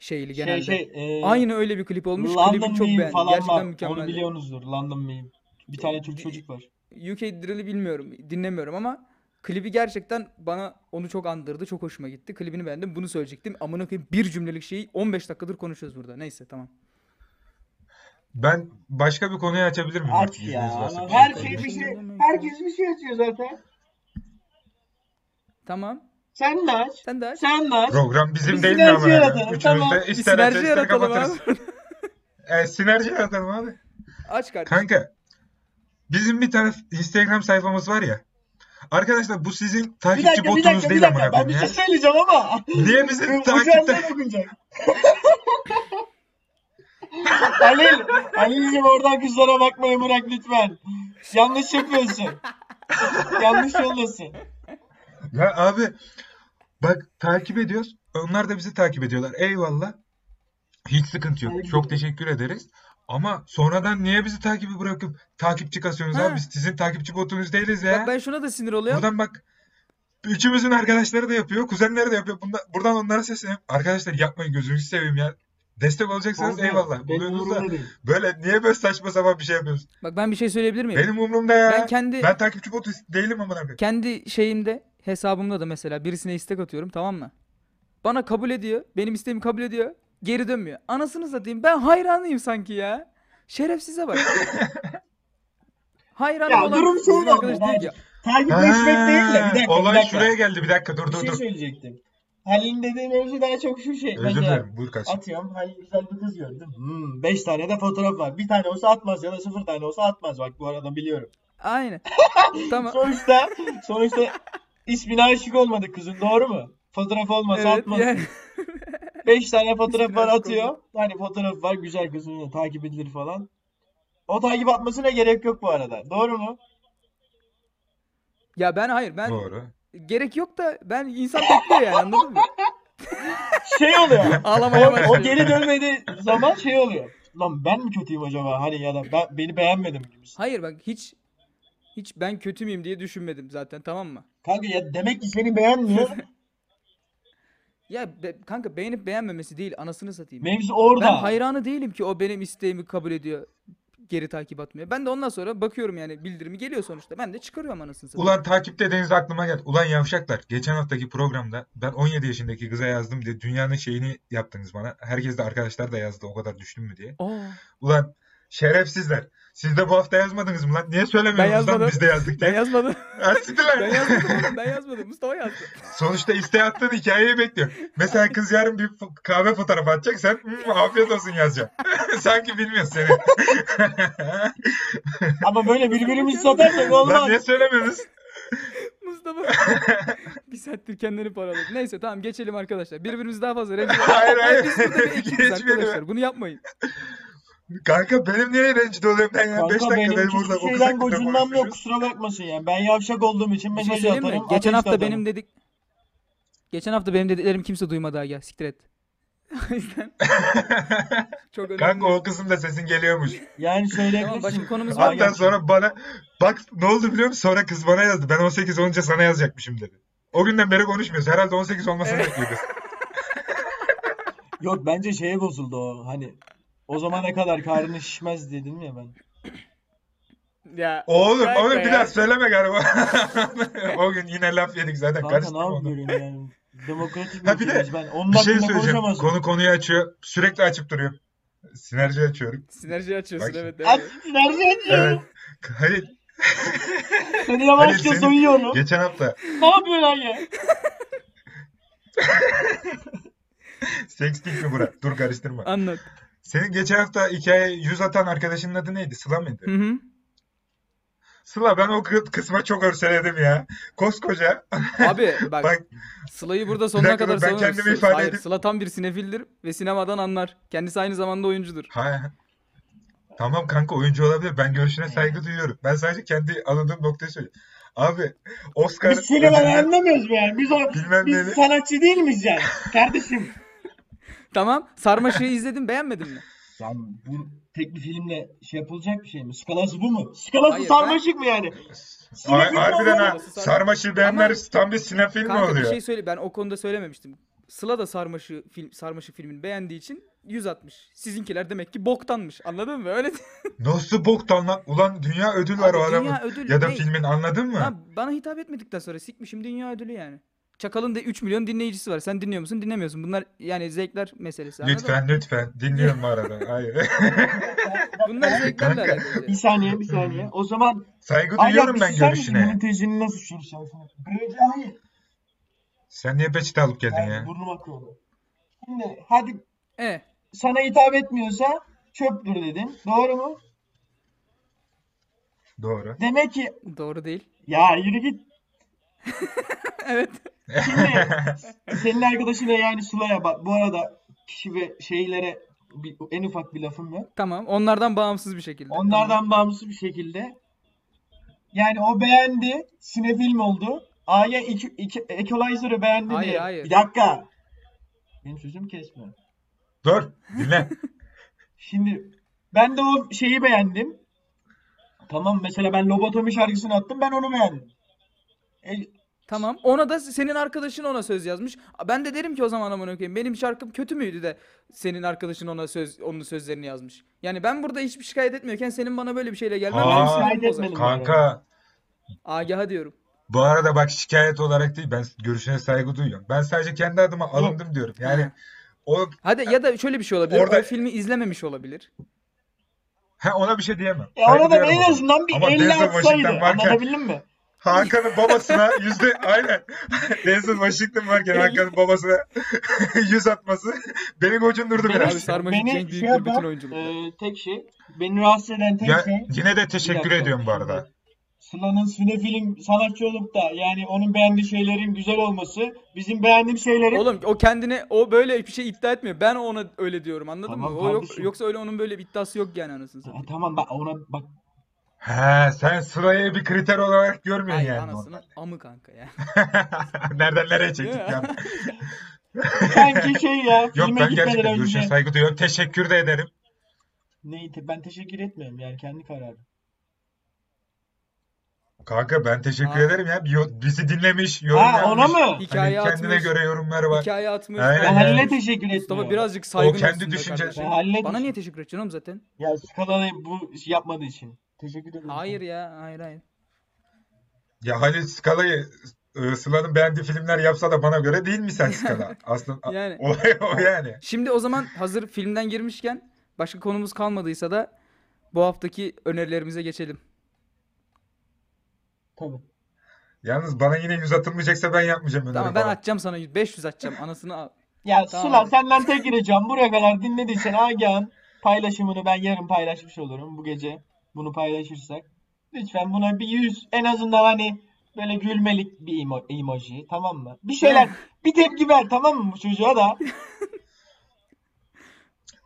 Speaker 2: şeyli genelde.
Speaker 3: şey şey e,
Speaker 2: Aynı öyle bir klip olmuş.
Speaker 3: London
Speaker 2: Klibi çok
Speaker 3: Meme
Speaker 2: beğendim.
Speaker 3: falan
Speaker 2: Gerçekten
Speaker 3: var.
Speaker 2: mükemmel.
Speaker 3: Onu biliyorsunuzdur. London Meme. Bir tane Türk
Speaker 2: Di-
Speaker 3: çocuk var.
Speaker 2: UK Drill'i bilmiyorum, dinlemiyorum ama klibi gerçekten bana onu çok andırdı. Çok hoşuma gitti. Klibini beğendim. Bunu söyleyecektim. Amına koyayım bir cümlelik şeyi 15 dakikadır konuşuyoruz burada. Neyse tamam.
Speaker 4: Ben başka bir konuyu açabilir miyim
Speaker 3: Aç
Speaker 4: artık izniniz
Speaker 3: ya.
Speaker 4: varsa?
Speaker 3: Her
Speaker 2: Çok
Speaker 3: şey bir
Speaker 2: konuşuyor.
Speaker 3: şey. Herkes bir şey açıyor zaten.
Speaker 2: Tamam.
Speaker 3: Sen de aç.
Speaker 2: Sen de aç.
Speaker 3: Sen de aç.
Speaker 4: Program bizim
Speaker 3: Bir
Speaker 4: değil mi
Speaker 3: sinerji
Speaker 4: ama yani?
Speaker 3: yaratalım,
Speaker 4: Üçümüz
Speaker 3: tamam.
Speaker 4: de
Speaker 2: Bir
Speaker 4: ister
Speaker 2: sinerji
Speaker 4: açar, ister
Speaker 2: yaratalım abi.
Speaker 4: kapatırız. [laughs] E, sinerji yaratalım abi.
Speaker 2: Aç kardeşim.
Speaker 4: Kanka bizim bir tane Instagram sayfamız var ya. Arkadaşlar bu sizin
Speaker 3: Bir
Speaker 4: takipçi
Speaker 3: dakika, bir
Speaker 4: botunuz
Speaker 3: dakika, bir
Speaker 4: değil amına
Speaker 3: dakika. Ben bir
Speaker 4: koyayım
Speaker 3: şey Ee, söyleyeceğim ama.
Speaker 4: ya. [laughs] Niye bizim takipte?
Speaker 3: Uçandan
Speaker 4: [laughs]
Speaker 3: okunacak. Halil, Halil'cim oradan kızlara bakmayı bırak lütfen. Yanlış yapıyorsun. Yanlış yoldasın.
Speaker 4: Ya abi bak takip ediyoruz. Onlar da bizi takip ediyorlar. Eyvallah. Hiç sıkıntı yok. Çok teşekkür ederiz. Ama sonradan niye bizi takibi bırakıp takipçi kasıyorsunuz
Speaker 2: Ha.
Speaker 4: abi? Biz sizin takipçi botunuz değiliz ya.
Speaker 2: Bak ben şuna da sinir oluyorum.
Speaker 4: Buradan bak üçümüzün arkadaşları da yapıyor, kuzenleri de yapıyor. Bunda, buradan onlara sesleniyorum. Arkadaşlar yapmayın gözünüzü seveyim ya. Destek olacaksanız
Speaker 3: Kanka,
Speaker 4: eyvallah.
Speaker 3: benim
Speaker 4: Buluyorsunuz da
Speaker 3: umurumda değil.
Speaker 4: böyle niye böyle saçma sapan bir şey yapıyorsunuz?
Speaker 2: Bak ben bir şey söyleyebilir miyim?
Speaker 4: Benim umurumda ya.
Speaker 2: Ben kendi-
Speaker 4: Ben takipçi botu değilim amına koyayım.
Speaker 2: Kendi şeyimde hesabımda da mesela birisine istek atıyorum tamam mı? Bana kabul ediyor. Benim isteğimi kabul ediyor. Geri dönmüyor. Anasını satayım ben hayranıyım sanki ya. Şerefsize bak. Hayran
Speaker 3: [laughs] Ya
Speaker 2: olan
Speaker 3: durum
Speaker 2: bizim
Speaker 3: şöyle
Speaker 2: arkadaş
Speaker 3: oldu.
Speaker 2: değil ki.
Speaker 3: Takipleşmek değil de bir
Speaker 4: Ha,
Speaker 3: dakika, bir
Speaker 4: olay
Speaker 3: dakika.
Speaker 4: şuraya geldi. Bir dakika dur
Speaker 3: Bir
Speaker 4: dur
Speaker 3: şey
Speaker 4: dur.
Speaker 3: söyleyecektim. Halil'in dediği mevzu daha çok şu şey.
Speaker 4: Özür
Speaker 3: Mesela
Speaker 4: dilerim. Buyur kaç.
Speaker 3: atıyorum Halil güzel bir kız gördüm. Hmm, beş tane de fotoğraf var. Bir tane olsa atmaz ya da sıfır tane olsa atmaz. Bak bu arada biliyorum. [laughs]
Speaker 2: Aynen. Tamam.
Speaker 3: Sonuçta sonuçta ismine aşık olmadı kızın doğru mu? Fotoğraf olmasa
Speaker 2: Evet
Speaker 3: atmaz.
Speaker 2: yani.
Speaker 3: Beş tane fotoğraf
Speaker 2: İsmine
Speaker 3: var
Speaker 2: aşık
Speaker 3: atıyor. Hani fotoğraf var güzel kızın da takip edilir falan. O takip atmasına gerek yok bu arada. Doğru mu?
Speaker 2: Ya ben hayır ben
Speaker 4: Doğru.
Speaker 2: gerek yok da ben insan bekliyor yani anladın mı? [laughs]
Speaker 3: Şey oluyor.
Speaker 2: Ağlamaya
Speaker 3: O
Speaker 2: başlıyor.
Speaker 3: geri dönmediği zaman şey oluyor. Lan ben mi kötüyüm acaba? Hani ya da ben, beni beğenmedim gibi.
Speaker 2: Hayır bak hiç hiç ben kötü müyüm diye düşünmedim zaten tamam mı?
Speaker 3: Kanka ya demek ki
Speaker 2: [laughs]
Speaker 3: seni beğenmiyor.
Speaker 2: Ya be- kanka beğenip beğenmemesi değil anasını satayım.
Speaker 3: Mevzu
Speaker 2: Ben
Speaker 3: orada.
Speaker 2: hayranı değilim ki o benim isteğimi kabul ediyor. Geri takip atmıyor. Ben de ondan sonra bakıyorum yani bildirimi geliyor sonuçta. Ben de çıkarıyorum anasını satayım.
Speaker 4: Ulan takip dediğiniz aklıma geldi. Ulan yavşaklar. Geçen haftaki programda ben 17 yaşındaki kıza yazdım diye dünyanın şeyini yaptınız bana. Herkes de arkadaşlar da yazdı o kadar düştün mü diye.
Speaker 2: Aa,
Speaker 4: Ulan şerefsizler. Siz de bu hafta yazmadınız mı lan? Niye
Speaker 2: Ben
Speaker 4: söylemiyorsunuz lan
Speaker 2: yazmadım.
Speaker 4: biz de yazdık
Speaker 2: ben
Speaker 4: diye. [laughs]
Speaker 2: yazmadım.
Speaker 4: Ha, siktir lan.
Speaker 2: Ben yazmadım oğlum. Ben yazmadım. Mustafa yazdı.
Speaker 4: [laughs]
Speaker 2: [laughs]
Speaker 4: Sonuçta isteğe attığın hikayeyi bekliyor. Mesela kız yarın bir fo- kahve fotoğrafı atacak. Sen "Hmm, afiyet olsun yazacaksın. [laughs] Sanki
Speaker 3: [laughs]
Speaker 4: bilmiyor seni.
Speaker 3: Ama böyle birbirimizi satarsak
Speaker 4: Lan
Speaker 3: olmaz.
Speaker 4: niye söylemiyorsunuz?
Speaker 2: Mustafa. bir saattir kendini paraladı. Neyse tamam geçelim arkadaşlar. Birbirimizi daha fazla rencide.
Speaker 4: Hayır,
Speaker 2: Ya
Speaker 4: hayır.
Speaker 2: Biz burada bir ekibiz
Speaker 4: Geçmeyelim.
Speaker 2: arkadaşlar. Bunu yapmayın.
Speaker 4: Kanka benim niye rencide oluyorum ben ya? 5
Speaker 3: Kanka
Speaker 4: dakika
Speaker 3: benim
Speaker 4: benim
Speaker 3: hiçbir
Speaker 4: burada dokuz
Speaker 3: şeyden
Speaker 4: dakika
Speaker 3: gocunmam yok
Speaker 4: konuşuyoruz.
Speaker 3: kusura bakmasın ya. Ben yavşak olduğum için
Speaker 2: Bir şey
Speaker 3: mesaj
Speaker 2: söyleyeyim mi?
Speaker 3: atarım.
Speaker 2: Geçen
Speaker 3: ateist
Speaker 2: hafta
Speaker 3: atarım.
Speaker 2: benim dedik... Geçen hafta benim dediklerim kimse duymadı aga. Siktir et. [laughs] O
Speaker 4: [laughs]
Speaker 2: yüzden çok önemli.
Speaker 4: Kanka o kısımda sesin geliyormuş.
Speaker 3: Yani
Speaker 2: Tamam başka
Speaker 3: söyleyebilirsin.
Speaker 2: konumuz var
Speaker 3: Hatta
Speaker 4: Hatta
Speaker 2: mı?
Speaker 4: sonra bana bak ne oldu biliyor musun? Sonra kız bana yazdı. Ben 18 olunca sana yazacakmışım dedi. O günden beri konuşmuyoruz. Herhalde 18 olmasını bekliyoruz.
Speaker 3: Yok bence şeye bozuldu o. Hani o zamana kadar karnı şişmez dedim ya ben.
Speaker 2: Ya
Speaker 4: Oğlum
Speaker 2: Kanka
Speaker 4: oğlum bir
Speaker 2: ya.
Speaker 4: daha söyleme galiba. [laughs] o gün yine laf yedik zaten
Speaker 3: Kanka
Speaker 4: karıştık
Speaker 3: ne
Speaker 4: onu.
Speaker 3: yapıyorum yani. Demokratik bir
Speaker 4: Ha, bir de
Speaker 3: ülkeyiz. Ben 10
Speaker 4: Bir şey
Speaker 3: dakikada
Speaker 4: söyleyeceğim.
Speaker 3: konuşamazsın.
Speaker 4: Konu konuyu açıyor. Sürekli açıp duruyorum. Sinerji açıyorum.
Speaker 2: sinerji açıyorsun
Speaker 4: Bak-
Speaker 2: evet.
Speaker 3: Abi,
Speaker 2: evet.
Speaker 3: nereden
Speaker 4: Evet. [laughs]
Speaker 3: diyor?
Speaker 4: Halil
Speaker 3: Seni yavaşça
Speaker 4: senin-
Speaker 3: soyuyorum.
Speaker 4: geçen hafta
Speaker 3: Ne yapıyorsun lan ya?
Speaker 4: sexting mi bura? Dur karıştırma.
Speaker 2: Anlat.
Speaker 4: Senin geçen hafta hikaye yüz atan arkadaşının adı neydi? Sıla mıydı?
Speaker 2: Hı hı.
Speaker 4: Sıla ben o kı- kısma çok örseledim ya. Koskoca.
Speaker 2: Abi bak,
Speaker 4: Bak
Speaker 2: Sıla'yı burada sonuna
Speaker 4: dakika,
Speaker 2: kadar
Speaker 4: ben
Speaker 2: savunuyoruz.
Speaker 4: kendimi
Speaker 2: Sı-
Speaker 4: ifade
Speaker 2: Hayır,
Speaker 4: edeyim.
Speaker 2: Sıla tam bir sinefildir ve sinemadan anlar. Kendisi aynı zamanda oyuncudur.
Speaker 4: Ha. Tamam kanka oyuncu olabilir. Ben görüşüne saygı duyuyorum. Ben sadece kendi anladığım noktayı söylüyorum. Abi Oscar
Speaker 3: Biz sinemadan
Speaker 4: ödülüne-
Speaker 3: anlamıyoruz mu yani? Biz, o,
Speaker 4: Bilmem
Speaker 3: biz
Speaker 4: neydi.
Speaker 3: sanatçı değil miyiz
Speaker 4: [laughs]
Speaker 3: yani? Kardeşim.
Speaker 2: Tamam. Sarmaşığı izledin beğenmedin mi?
Speaker 3: Yani bu tek bir filmle şey yapılacak bir şey mi? Skalası bu mu? Skalası
Speaker 2: Hayır,
Speaker 3: sarmaşık mı yani?
Speaker 4: Har-
Speaker 3: Sinefil
Speaker 4: harbiden ha.
Speaker 3: olmaz.
Speaker 2: olması, sarma-
Speaker 4: Sarmaşığı beğenler tam bir sinefil mi
Speaker 2: Kanka bir
Speaker 4: oluyor?
Speaker 2: şey söyle. Ben o konuda söylememiştim. Sıla da sarmaşı film sarmaşı filmini beğendiği için 100 atmış. Sizinkiler demek ki boktanmış. Anladın mı? Öyle.
Speaker 4: Nasıl boktan lan? Ulan dünya ödül var o
Speaker 2: Abi
Speaker 4: adamın.
Speaker 2: dünya ödülü
Speaker 4: Ya da
Speaker 2: ne?
Speaker 4: filmin anladın mı?
Speaker 2: Lan bana hitap etmedikten sonra sikmişim dünya ödülü yani. Çakal'ın da 3 milyon dinleyicisi var. Sen dinliyor musun? Dinlemiyorsun. Bunlar yani zevkler meselesi. anladın mı?
Speaker 4: Lütfen lütfen dinliyorum
Speaker 2: [laughs]
Speaker 4: bu arada. Hayır. [laughs]
Speaker 2: Bunlar zevklerle
Speaker 4: Kanka.
Speaker 2: alakalı.
Speaker 3: Bir saniye bir saniye. O zaman
Speaker 4: Saygı
Speaker 3: Ay ya,
Speaker 4: duyuyorum
Speaker 3: bir
Speaker 2: şey
Speaker 3: şey susar
Speaker 4: ben
Speaker 3: mısın?
Speaker 4: görüşüne.
Speaker 3: Bunun tezini nasıl çürüteceksin? Brezilya
Speaker 4: Sen niye peçete alıp geldin ya?
Speaker 3: yani burnum akıyordu. Şimdi hadi
Speaker 2: E,
Speaker 3: sana hitap etmiyorsa çöptür dedin. Doğru mu?
Speaker 4: Doğru.
Speaker 3: Demek ki
Speaker 2: doğru değil.
Speaker 3: ya yürü git.
Speaker 2: evet.
Speaker 4: [laughs]
Speaker 3: Şimdi senin arkadaşına yani Sıla'ya bak. Bu arada kişi ve şeylere bir, en ufak bir lafım yok.
Speaker 2: Tamam. Onlardan bağımsız bir şekilde. Tamam.
Speaker 3: Onlardan bağımsız bir şekilde. Yani o beğendi. Sinefilm oldu. A'ya iki, iki, Equalizer'ı beğendi
Speaker 2: Hayır,
Speaker 3: diye.
Speaker 2: hayır.
Speaker 3: Bir dakika. Benim sözümü kesme.
Speaker 4: Dur.
Speaker 2: [laughs]
Speaker 4: Dinle.
Speaker 3: Şimdi ben de o şeyi beğendim. Tamam mesela ben Lobotomi şarkısını attım ben onu beğendim. E,
Speaker 2: Tamam. Ona da senin arkadaşın ona söz yazmış. A, Ben de derim ki o zaman amına koyayım benim şarkım kötü müydü de senin arkadaşın ona söz onun sözlerini yazmış. Yani ben burada hiçbir şikayet etmiyorken senin bana böyle bir şeyle gelmen
Speaker 4: Aa.
Speaker 2: benim
Speaker 3: Şikayet
Speaker 2: sinirimi bozar.
Speaker 3: etmedim.
Speaker 4: Kanka
Speaker 2: Agaha diyorum.
Speaker 4: bu arada bak şikayet olarak değil ben görüşüne saygı duyuyorum. Ben sadece kendi adıma alındım diyorum. Yani o
Speaker 2: Hadi ya da şöyle bir şey olabilir.
Speaker 4: Orada-
Speaker 2: O filmi izlememiş olabilir.
Speaker 4: ha, ona bir şey diyemem.
Speaker 3: e
Speaker 4: Saygı
Speaker 3: orada
Speaker 4: duyarım
Speaker 3: en
Speaker 4: o zaman.
Speaker 3: azından bir
Speaker 4: Ama
Speaker 3: 50
Speaker 4: Denzel
Speaker 3: atsaydı.
Speaker 4: Washington varken-
Speaker 3: Anlatabildim mi?
Speaker 4: Hakan'ın babasına yüzde aynen [laughs] Denzel Washington varken Hakan'ın babasına [laughs] yüz atması beni gocundurdu
Speaker 3: Beni-
Speaker 4: biraz.
Speaker 2: Abi sarmaşık
Speaker 3: beni
Speaker 2: Cenk
Speaker 3: şey
Speaker 2: büyüktür bütün
Speaker 3: yapan,
Speaker 2: oyunculukta.
Speaker 3: Ee, tek şey, beni rahatsız eden tek
Speaker 4: Ya,
Speaker 3: şey, bir
Speaker 4: yine de teşekkür
Speaker 3: dakika,
Speaker 4: ediyorum bu arada.
Speaker 3: şimdi Sıla'nın sinefilm sanatçı olup da yani onun beğendiği şeylerin güzel olması, bizim beğendiğim şeylerin
Speaker 2: Oğlum o kendine o böyle bir şey iddia etmiyor. Ben ona öyle diyorum anladın
Speaker 3: Tamam
Speaker 2: mı? O yok,
Speaker 3: kardeşim.
Speaker 2: yoksa öyle onun böyle bir iddiası yok yani anasını
Speaker 3: Ha,
Speaker 2: satayım.
Speaker 3: tamam bak ona bak
Speaker 4: He, sen sırayı bir kriter olarak görmüyorsun
Speaker 2: Ay
Speaker 4: yani.
Speaker 2: anasını amı kanka ya.
Speaker 4: [laughs] Nereden
Speaker 2: Değil
Speaker 4: nereye çektik
Speaker 2: mi?
Speaker 3: [laughs]
Speaker 4: ya?
Speaker 3: sanki şey ya
Speaker 4: [laughs] Yok
Speaker 3: filme
Speaker 4: ben
Speaker 3: gitmeden
Speaker 4: gerçekten görüşe
Speaker 3: önce
Speaker 4: saygı duyuyorum. Teşekkür de ederim.
Speaker 3: Neyi te- ben teşekkür etmiyorum yani kendi kararı.
Speaker 4: Kanka ben teşekkür
Speaker 2: Abi.
Speaker 4: ederim ya. Yo- Bizi dinlemiş, yorum
Speaker 3: Ha ona
Speaker 4: yapmış.
Speaker 3: mı?
Speaker 4: Hani
Speaker 2: Hikaye
Speaker 4: kendine
Speaker 2: atmış.
Speaker 4: göre yorumları var.
Speaker 2: Hikaye atmış.
Speaker 4: Aynen.
Speaker 3: Ben
Speaker 2: Ben
Speaker 4: Halil'e
Speaker 3: Halil'e
Speaker 2: yapmış.
Speaker 3: teşekkür
Speaker 2: Mustafa
Speaker 3: etmiyorum.
Speaker 2: birazcık saygın
Speaker 4: kendi
Speaker 2: olsun be
Speaker 4: düşüncesi.
Speaker 2: kardeşim.
Speaker 3: Ben Halil'e
Speaker 2: Bana niye
Speaker 3: teşekkür-
Speaker 2: teşekkür edeceksin oğlum zaten?
Speaker 3: Ya Skala'yı bu iş yapmadığı için. Teşekkür ederim.
Speaker 2: Hayır ya hayır hayır.
Speaker 4: Ya Halil Skala'yı e, Sıla'nın beğendiği filmler yapsa da bana göre değil
Speaker 2: [laughs]
Speaker 4: mi sen Skala? Aslında a-
Speaker 2: Yani.
Speaker 4: olay o yani.
Speaker 2: Şimdi o zaman hazır filmden girmişken başka konumuz kalmadıysa da bu haftaki önerilerimize geçelim.
Speaker 3: Tabii.
Speaker 4: Yalnız bana yine yüz atılmayacaksa ben yapmayacağım öneri
Speaker 2: Tamam ben
Speaker 4: falan.
Speaker 2: atacağım sana 100, 500 atacağım anasını al.
Speaker 3: Ya
Speaker 2: Tamam.
Speaker 3: Sıla senden tek gireceğim. Buraya kadar dinlediysen Agah'ın paylaşımını ben yarın paylaşmış olurum. Bu gece bunu paylaşırsak. Lütfen buna bir yüz en azından hani böyle gülmelik bir emo- emoji tamam mı? Bir şeyler bir tepki ver tamam mı bu çocuğa da?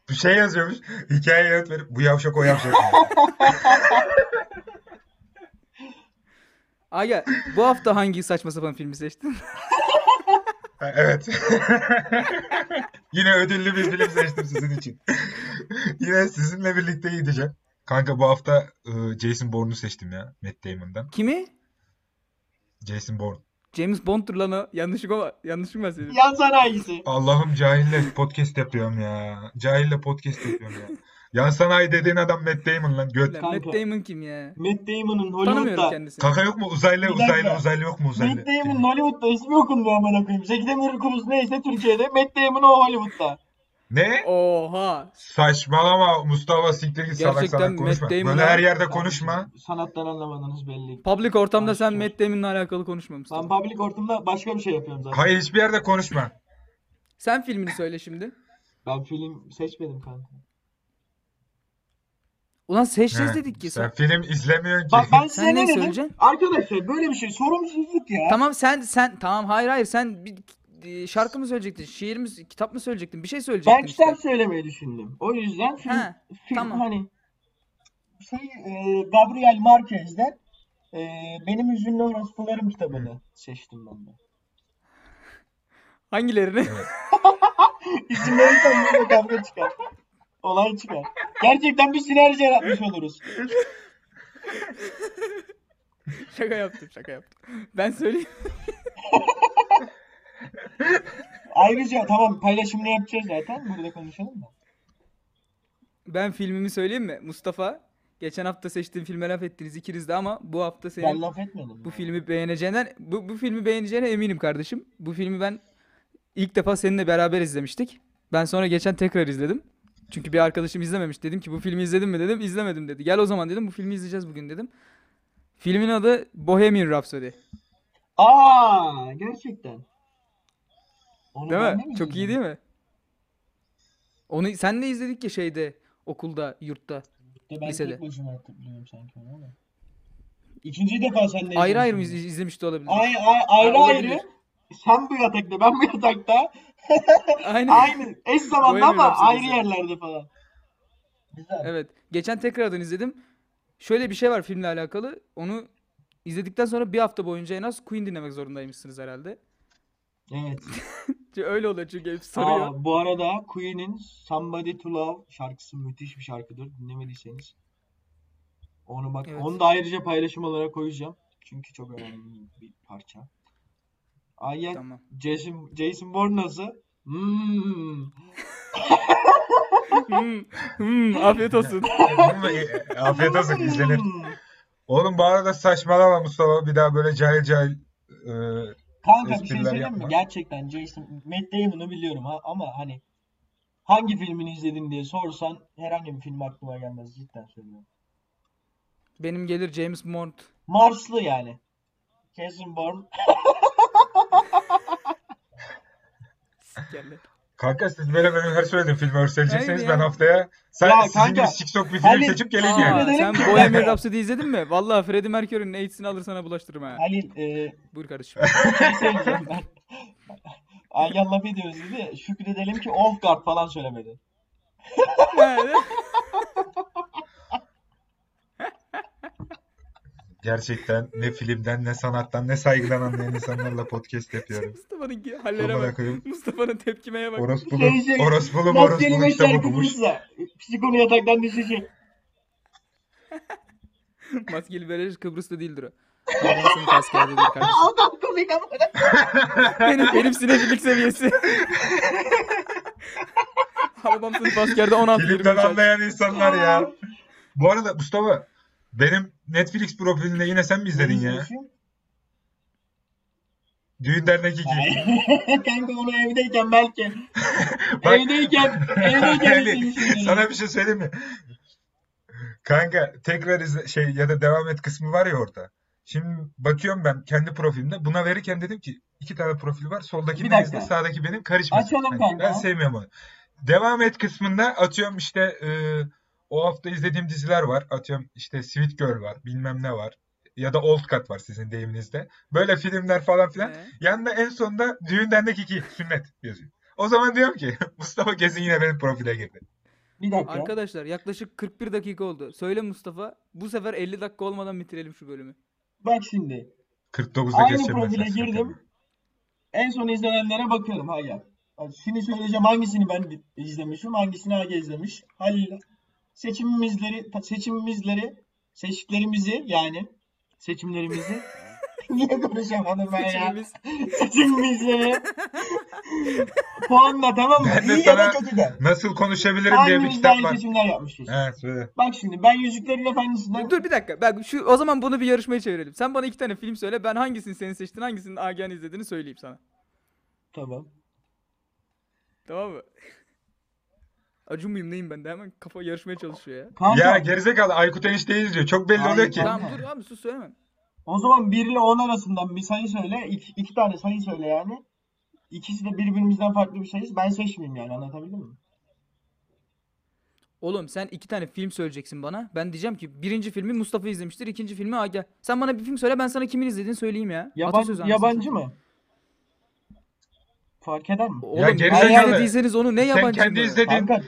Speaker 4: Bir şey yazıyormuş. Hikaye yönetmeni. Bu yavşak
Speaker 2: [laughs]
Speaker 4: o yavşak.
Speaker 2: Aga bu hafta hangi saçma sapan filmi seçtin? [laughs]
Speaker 4: Ha, Evet. [laughs] Yine ödüllü bir film seçtim sizin için. [laughs] Yine sizinle birlikte gideceğim. Kanka bu hafta e, Jason Bourne'u seçtim ya. Matt Damon'dan.
Speaker 2: Kimi?
Speaker 4: Jason Bourne.
Speaker 2: James Bond'dur lan o. Yanlışlık o. Yanlışlık mı senin?
Speaker 3: Yan sanayisi.
Speaker 4: Allah'ım cahille podcast yapıyorum ya. Cahille podcast yapıyorum ya. Yan sanayi dediğin adam Matt Damon lan. Göt.
Speaker 2: Lan Matt
Speaker 3: Kanka.
Speaker 2: Damon kim ya?
Speaker 3: Matt Damon'un
Speaker 2: Tanımıyorum
Speaker 3: Hollywood'da
Speaker 2: kendisini.
Speaker 4: Kaka yok mu? Uzaylı,
Speaker 3: Bir dakika.
Speaker 4: uzaylı, uzaylı yok mu uzaylı?
Speaker 3: Matt Damon'un Hollywood'da ismi okunmuyor amına koyayım. Zeki Demirkubuz neyse Türkiye'de Matt Damon o Hollywood'da.
Speaker 4: Ne?
Speaker 2: Oha.
Speaker 4: Saçmalama Mustafa siktir git salak
Speaker 2: Gerçekten
Speaker 4: salak
Speaker 2: Matt
Speaker 4: konuşma. Böyle
Speaker 2: Damon'a-
Speaker 4: her yerde konuşma.
Speaker 3: şey- Sanattan anlamadınız belli.
Speaker 2: Public ortamda sen
Speaker 3: Başka.
Speaker 2: Matt Damon'la alakalı konuşmamışsın.
Speaker 3: Ben public ortamda başka bir şey yapıyorum zaten.
Speaker 4: Hayır hiçbir yerde konuşma.
Speaker 2: Sen filmini söyle şimdi.
Speaker 3: Ben film seçmedim kanka.
Speaker 2: Ulan seçeceğiz
Speaker 4: He,
Speaker 2: şey dedik ki
Speaker 4: sen
Speaker 2: sen.
Speaker 4: film izlemiyorsun ki. [laughs]
Speaker 3: Bak ben size
Speaker 2: Sen
Speaker 3: ne
Speaker 2: ne
Speaker 3: dedim?
Speaker 2: söyleyeceksin?
Speaker 3: Arkadaşlar böyle bir şey sorumsuzluk ya.
Speaker 2: Tamam sen sen tamam hayır hayır sen bir e, şarkı mı söyleyecektin? Şiir mi kitap mı söyleyecektin? Bir şey söyleyecektin
Speaker 3: Ben
Speaker 2: işte.
Speaker 3: kitap söylemeyi düşündüm. O yüzden film,
Speaker 2: Ha,
Speaker 3: film
Speaker 2: tamam.
Speaker 3: hani şey e, Gabriel Marquez'den e, Benim Üzünlü Orospularım kitabını seçtim ben de. [laughs]
Speaker 2: Hangilerini?
Speaker 3: İsimleri sayınca kavga çıkar. Olay çıkar. Gerçekten bir sinerji yaratmış oluruz.
Speaker 2: [laughs] şaka yaptım şaka yaptım. Ben söyleyeyim.
Speaker 3: Ayrıca tamam paylaşımını yapacağız zaten. Burada konuşalım mı?
Speaker 2: Ben filmimi söyleyeyim mi? Mustafa geçen hafta seçtiğin filme laf ettiniz ikiniz de ama bu hafta senin
Speaker 3: Ben laf etmedim.
Speaker 2: bu
Speaker 3: ya.
Speaker 2: filmi beğeneceğinden bu, bu filmi beğeneceğine eminim kardeşim. Bu filmi ben ilk defa seninle beraber izlemiştik. Ben sonra geçen tekrar izledim. Çünkü bir arkadaşım izlememiş. Dedim ki bu filmi izledin mi dedim. İzlemedim dedi. Gel o zaman dedim. Bu filmi izleyeceğiz bugün dedim. Filmin adı Bohemian Rhapsody.
Speaker 3: Aa gerçekten. Onu
Speaker 2: Değil
Speaker 3: ben
Speaker 2: mi?
Speaker 3: de mi
Speaker 2: Çok iyi
Speaker 3: izledim?
Speaker 2: değil mi? Onu senle izledik ya şeyde, okulda, yurtta.
Speaker 3: De ben
Speaker 2: Lisede.
Speaker 3: tek başıma hatırlıyorum sanki onu ama. İkinci defa seninle
Speaker 2: Ayrı ayrı mı
Speaker 3: izlemişim
Speaker 2: iz- izlemiş de olabilir.
Speaker 3: bunu. Ay, ay, Şey
Speaker 2: Ha,
Speaker 3: ayrı ayrı.
Speaker 2: olabilir.
Speaker 3: Sen bu yatakta ben bu yatakta.
Speaker 2: Aynen.
Speaker 3: Aynı.
Speaker 2: [laughs]
Speaker 3: Eş zamanlı
Speaker 2: Bohemian
Speaker 3: ama
Speaker 2: Rhapsody
Speaker 3: ayrı
Speaker 2: izledim.
Speaker 3: yerlerde falan. Güzel.
Speaker 2: Evet. Geçen tekrardan izledim. Şöyle bir şey var filmle alakalı. Onu izledikten sonra bir hafta boyunca en az Queen dinlemek zorundaymışsınız herhalde.
Speaker 3: Evet.
Speaker 2: Çünkü Öyle oluyor çünkü hep sarıyor.
Speaker 3: Aa, bu arada Queen'in Somebody to Love şarkısı müthiş bir şarkıdır. Dinlemediyseniz onu bak.
Speaker 2: Evet.
Speaker 3: Onu da ayrıca paylaşım olarak koyacağım. Çünkü çok önemli bir parça. Ayet
Speaker 2: Tamam.
Speaker 3: Jason, Jason Bourne nasıl? Hmm.
Speaker 2: Hmm, hmm, afiyet olsun.
Speaker 4: E, Afiyet olsun
Speaker 3: Hmm.
Speaker 4: izlenir. Oğlum bu arada saçmalama Mustafa. Bir daha böyle cahil cahil e,
Speaker 3: Kanka bir şey
Speaker 4: Espriler
Speaker 3: söyleyeyim mi?
Speaker 4: yapma.
Speaker 3: Gerçekten Jason, Matt Damon'u biliyorum ha, ama hani hangi filmini izledin diye sorsan herhangi bir film aklıma gelmez cidden söylüyorum.
Speaker 2: Benim gelir James Bond.
Speaker 3: Marslı yani. Jason Bourne.
Speaker 2: Sikerler.
Speaker 4: Kanka siz böyle böyle her söylediğim filmi örseleyecekseniz
Speaker 2: Aynen
Speaker 4: ben
Speaker 2: ya.
Speaker 4: haftaya sen
Speaker 3: Ya
Speaker 4: sizin
Speaker 3: kanka,
Speaker 4: gibi siksok bir film
Speaker 3: hani-
Speaker 4: seçip
Speaker 2: Aa,
Speaker 4: gelin yani.
Speaker 3: Aa.
Speaker 2: sen
Speaker 3: Dedim ki-
Speaker 2: Bohemian Rhapsody izledin mi? Vallahi Freddie Mercury'nin AIDS'ini alır sana bulaştırırım ha.
Speaker 3: Halil e,
Speaker 2: Buyur kardeşim. [laughs]
Speaker 3: şey söyleyeceğim ben. [laughs] Aynen laf ediyoruz dedi. Şükredelim ki off guard falan söylemedi.
Speaker 4: Gerçekten ne filmden ne sanattan ne saygıdan anlayan insanlarla podcast yapıyorum.
Speaker 2: Mustafa'nın ki-
Speaker 4: Amına
Speaker 2: hallere bak.
Speaker 4: koyayım.
Speaker 2: Mustafa'nın tepkimeye bak.
Speaker 4: Orospulu,
Speaker 3: Şey, şey,
Speaker 4: orospulu,
Speaker 3: Nasıl
Speaker 4: orospulu
Speaker 3: kelime
Speaker 4: kitap
Speaker 3: şarkı
Speaker 4: okumuş.
Speaker 3: tutsa psikonu yataktan düşecek.
Speaker 2: Maskeli Bereş Kıbrıs'ta değildir o. Kıbrıs'ın Kasker'dedir kardeşim.
Speaker 3: Adam komik ama.
Speaker 2: Benim, benim sinefilik seviyesi. Babam sınıf askerde 16 20
Speaker 4: Filmden anlayan insanlar
Speaker 3: Aa.
Speaker 4: ya. Bu arada Mustafa benim Netflix profilinde yine sen mi izledin ya? Düğün dernek 2.
Speaker 3: [laughs] Kanka onu evdeyken belki.
Speaker 4: [laughs] Bak-
Speaker 3: evdeyken, evdeyken
Speaker 4: Yani
Speaker 3: izlemişim yani.
Speaker 4: sana bir şey söyleyeyim mi? Kanka tekrar izle, şey ya da devam et kısmı var ya orada. Şimdi bakıyorum ben kendi profilimde. Buna verirken dedim ki iki tane profil var. Soldakini
Speaker 3: Bir
Speaker 4: de
Speaker 3: dakika.
Speaker 4: izle, sağdaki benim karışmasın.
Speaker 3: Açalım
Speaker 4: Hani
Speaker 3: kanka.
Speaker 4: ben sevmiyorum onu. Devam et kısmında atıyorum işte e, o hafta izlediğim diziler var. Atıyorum işte Sweet Girl var, bilmem ne var. Ya da Old Cut var sizin deyiminizde. Böyle filmler falan filan.
Speaker 2: Ee,
Speaker 4: Yanında en sonunda düğün dernek 2 sünnet yazıyor. O zaman diyorum ki [laughs] Mustafa Gezin yine benim profile girdi.
Speaker 3: Bir dakika.
Speaker 2: Arkadaşlar yaklaşık 41 dakika oldu. Söyle Mustafa bu sefer 50 dakika olmadan bitirelim şu bölümü.
Speaker 3: Bak şimdi.
Speaker 4: 49'da
Speaker 3: Aynı
Speaker 4: keseceğim ben
Speaker 3: profile
Speaker 4: seni.
Speaker 3: girdim. En son izlenenlere bakıyorum. Ha gel. Bak Şimdi söyleyeceğim hangisini ben bi- izlemişim, hangisini Aga izlemiş. Halil seçimimizleri, ta- seçimimizleri, seçtiklerimizi yani seçimlerimizi niye konuşamadım ben ya?
Speaker 2: Seçimimiz
Speaker 3: Seçimimizleri puanla tamam mı?
Speaker 4: Ben de
Speaker 3: İyi ya da
Speaker 4: sana
Speaker 3: kötü de.
Speaker 4: Nasıl konuşabilirim diye bir
Speaker 3: Hangimiz daha
Speaker 4: kitap
Speaker 3: iyi
Speaker 4: var.
Speaker 3: seçimler yapmışız?
Speaker 4: Evet, söyle.
Speaker 3: Bak şimdi ben Yüzüklerin Efendisi'nden
Speaker 2: Dur bir dakika. Bak şu o zaman bunu bir yarışmaya çevirelim. Sen bana iki tane film söyle. Ben hangisini senin seçtin, hangisini Agen izlediğini söyleyeyim sana.
Speaker 3: Tamam.
Speaker 2: Tamam mı? Acun muyum neyim ben de hemen kafa yarışmaya çalışıyor ya.
Speaker 3: Kanka
Speaker 4: Ya gerizekalı Aykut Enişte'yi izliyor. Çok belli
Speaker 3: Hayır,
Speaker 4: oluyor ki.
Speaker 3: tamam.
Speaker 2: Tamam dur abi sus söylemem.
Speaker 3: o zaman 1 ile 10 arasından bir sayı söyle. İki, iki tane sayı söyle yani. İkisi de birbirimizden farklı bir sayı. Ben seçmeyeyim yani anlatabildim mi?
Speaker 2: Oğlum sen iki tane film söyleyeceksin bana. Ben diyeceğim ki birinci filmi Mustafa izlemiştir, ikinci filmi Aga. Sen bana bir film söyle ben sana kimin izlediğini söyleyeyim ya.
Speaker 3: Yaban-
Speaker 2: Atasöz anasını
Speaker 3: yabancı
Speaker 2: satayım.
Speaker 3: mı? Fark eder mi?
Speaker 2: Oğlum
Speaker 4: Ya
Speaker 2: ya
Speaker 4: gerizekalı.
Speaker 2: izlediyseniz onu ne
Speaker 4: Sen
Speaker 2: yabancı
Speaker 4: kendi
Speaker 2: mı?
Speaker 4: izledin.
Speaker 3: Kanka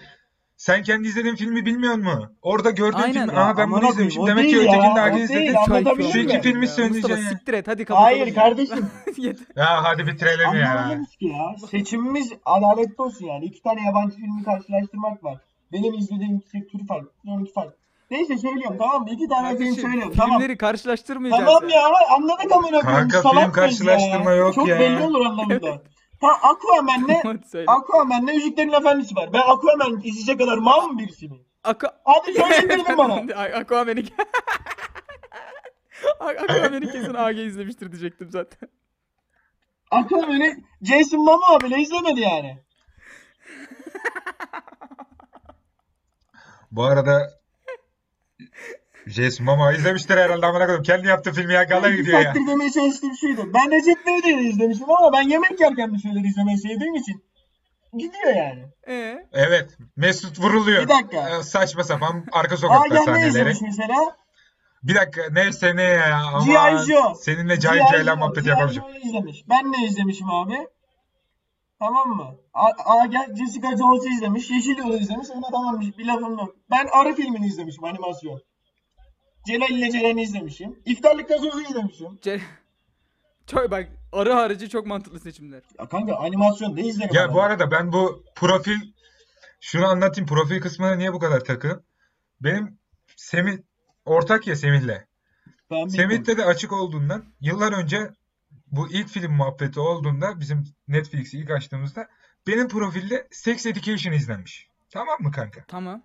Speaker 4: Sen kendi izlediğin filmi bilmiyor musun? Orada gördüğün
Speaker 2: Aynen.
Speaker 4: film,
Speaker 2: Ya,
Speaker 4: aa ben
Speaker 3: aman
Speaker 4: bunu
Speaker 3: abi,
Speaker 4: izlemişim.
Speaker 3: o
Speaker 4: Demek ki
Speaker 3: değil ya,
Speaker 4: ötekini de
Speaker 3: o
Speaker 4: Aga
Speaker 3: değil.
Speaker 4: izledi.
Speaker 2: Çay
Speaker 3: Anlatabiliyor
Speaker 2: içiyor.
Speaker 4: muyum? Şu iki filmi
Speaker 2: Mustafa
Speaker 4: söyleyeceksin ya.
Speaker 2: siktir et hadi kapatalım.
Speaker 3: hayır
Speaker 2: ya.
Speaker 3: kardeşim
Speaker 2: [laughs] Yeter.
Speaker 4: Ya hadi bitirelim ya.
Speaker 3: anlamadınız ki ya. Seçimimiz adaletli olsun yani. İki tane yabancı filmi karşılaştırmak var. Benim izlediğim tür farklı, onunki farklı. Neyse söylüyorum tamam mı? İki tane film
Speaker 2: Kardeşim,
Speaker 3: söylüyorum
Speaker 2: filmleri
Speaker 3: tamam.
Speaker 2: karşılaştırmayacağız.
Speaker 3: Tamam ya ama anladık amına koyayım.
Speaker 4: Kanka,
Speaker 3: Salak
Speaker 4: film karşılaştırma
Speaker 3: mıyız ya?
Speaker 4: yok
Speaker 3: Çok
Speaker 4: ya.
Speaker 3: belli olur anlamında. Ha Aquaman'le
Speaker 2: [laughs] Hadi söyle.
Speaker 3: Aquaman'le Yüzüklerin Efendisi var. Ben Aquaman izleyecek kadar mal mı birisi mi?
Speaker 2: Aka-
Speaker 3: Hadi söyledin
Speaker 2: [laughs]
Speaker 3: bana.
Speaker 2: Ay, Aquaman'i Ak- Aquaman'i kesin AG izlemiştir diyecektim zaten.
Speaker 3: Aquaman'ı Jason Momoa bile izlemedi yani.
Speaker 4: Bu arada Jason Momoa izlemiştir herhalde amına koyayım. Kendi yaptığı filmi ya gala
Speaker 3: Ben
Speaker 4: gidiyor ya.
Speaker 3: takdir demeye çalıştığım şuydu. Ben Recep İvedik'i izlemişim ama ben yemek yerken bir şeyler izlemeyi sevdiğim için. Gidiyor yani.
Speaker 2: Ee,
Speaker 4: Evet. Mesut vuruluyor.
Speaker 3: Bir dakika.
Speaker 4: Ee, Saçma sapan arka
Speaker 3: Aa
Speaker 4: sokakta
Speaker 3: gel ne
Speaker 4: sahneleri.
Speaker 3: izlemiş mesela?
Speaker 4: Bir dakika neyse ne ya ama
Speaker 3: G.I. Joe.
Speaker 4: seninle cahil
Speaker 3: G.I.
Speaker 4: cahil
Speaker 3: Joe,
Speaker 4: muhabbeti
Speaker 3: G.I.
Speaker 4: yapamayacağım.
Speaker 3: Joe'yu izlemiş. Ben ne izlemişim abi? Tamam mı? A, a gel Jessica Jones'u izlemiş. Yeşil Yol'u izlemiş. Ona tamam bir, bir lafım yok. Ben Arı filmini izlemişim animasyon. Celal ile Ceren'i izlemişim. İftarlık gazozu izlemişim.
Speaker 2: Ce- Çok bak arı harici çok mantıklı seçimler.
Speaker 3: Ya kanka animasyon ne izlerim
Speaker 4: Ya
Speaker 3: adam?
Speaker 4: bu arada ben bu profil şunu anlatayım profil kısmına niye bu kadar takığım? Benim Semih ortak ya Semih'le.
Speaker 3: Ben bilmiyorum.
Speaker 4: Semih'te de açık olduğundan yıllar önce bu ilk film muhabbeti olduğunda bizim Netflix'i ilk açtığımızda benim profilde Sex Education izlenmiş. Tamam mı kanka?
Speaker 2: Tamam.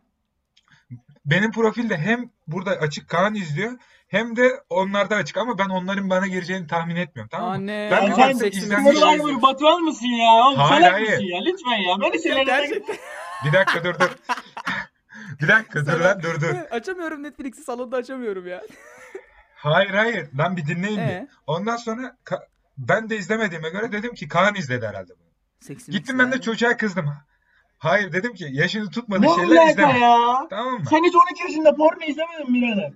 Speaker 4: Benim profilde hem burada açık Kaan izliyor hem de onlarda açık ama ben onların bana gireceğini tahmin etmiyorum tamam mı?
Speaker 2: Anne.
Speaker 4: Ben
Speaker 3: Ya
Speaker 2: Allah'ın
Speaker 4: de
Speaker 3: sen
Speaker 4: kimse
Speaker 2: seksini
Speaker 4: izlenmiş
Speaker 2: izlemiş.
Speaker 3: Survivor Batuhan mısın ya? Oğlum
Speaker 4: Hayır,
Speaker 3: salak
Speaker 4: hayır.
Speaker 3: mısın ya? Lütfen ya. Böyle
Speaker 2: Ya
Speaker 3: şeylere
Speaker 2: Gerçekten.
Speaker 4: Bir dakika dur
Speaker 2: [laughs]
Speaker 4: dur. Bir dakika dur
Speaker 2: Sana-
Speaker 4: lan dur dur.
Speaker 2: Açamıyorum Netflix'i salonda açamıyorum ya.
Speaker 4: Hayır hayır. Lan bir dinleyin bir.
Speaker 2: Ee,
Speaker 4: Ondan sonra Ka- ben de izlemediğime göre dedim ki Kaan izledi herhalde bunu.
Speaker 2: seksi
Speaker 4: Gittim
Speaker 2: mixler.
Speaker 4: ben de çocuğa kızdım. Hayır dedim ki yaşını tutmadığı
Speaker 3: Ne
Speaker 4: şeyler
Speaker 3: alaka
Speaker 4: izleme.
Speaker 3: ya?
Speaker 4: Tamam mı?
Speaker 3: Sen hiç 12 yaşında porno izlemedin mi birader?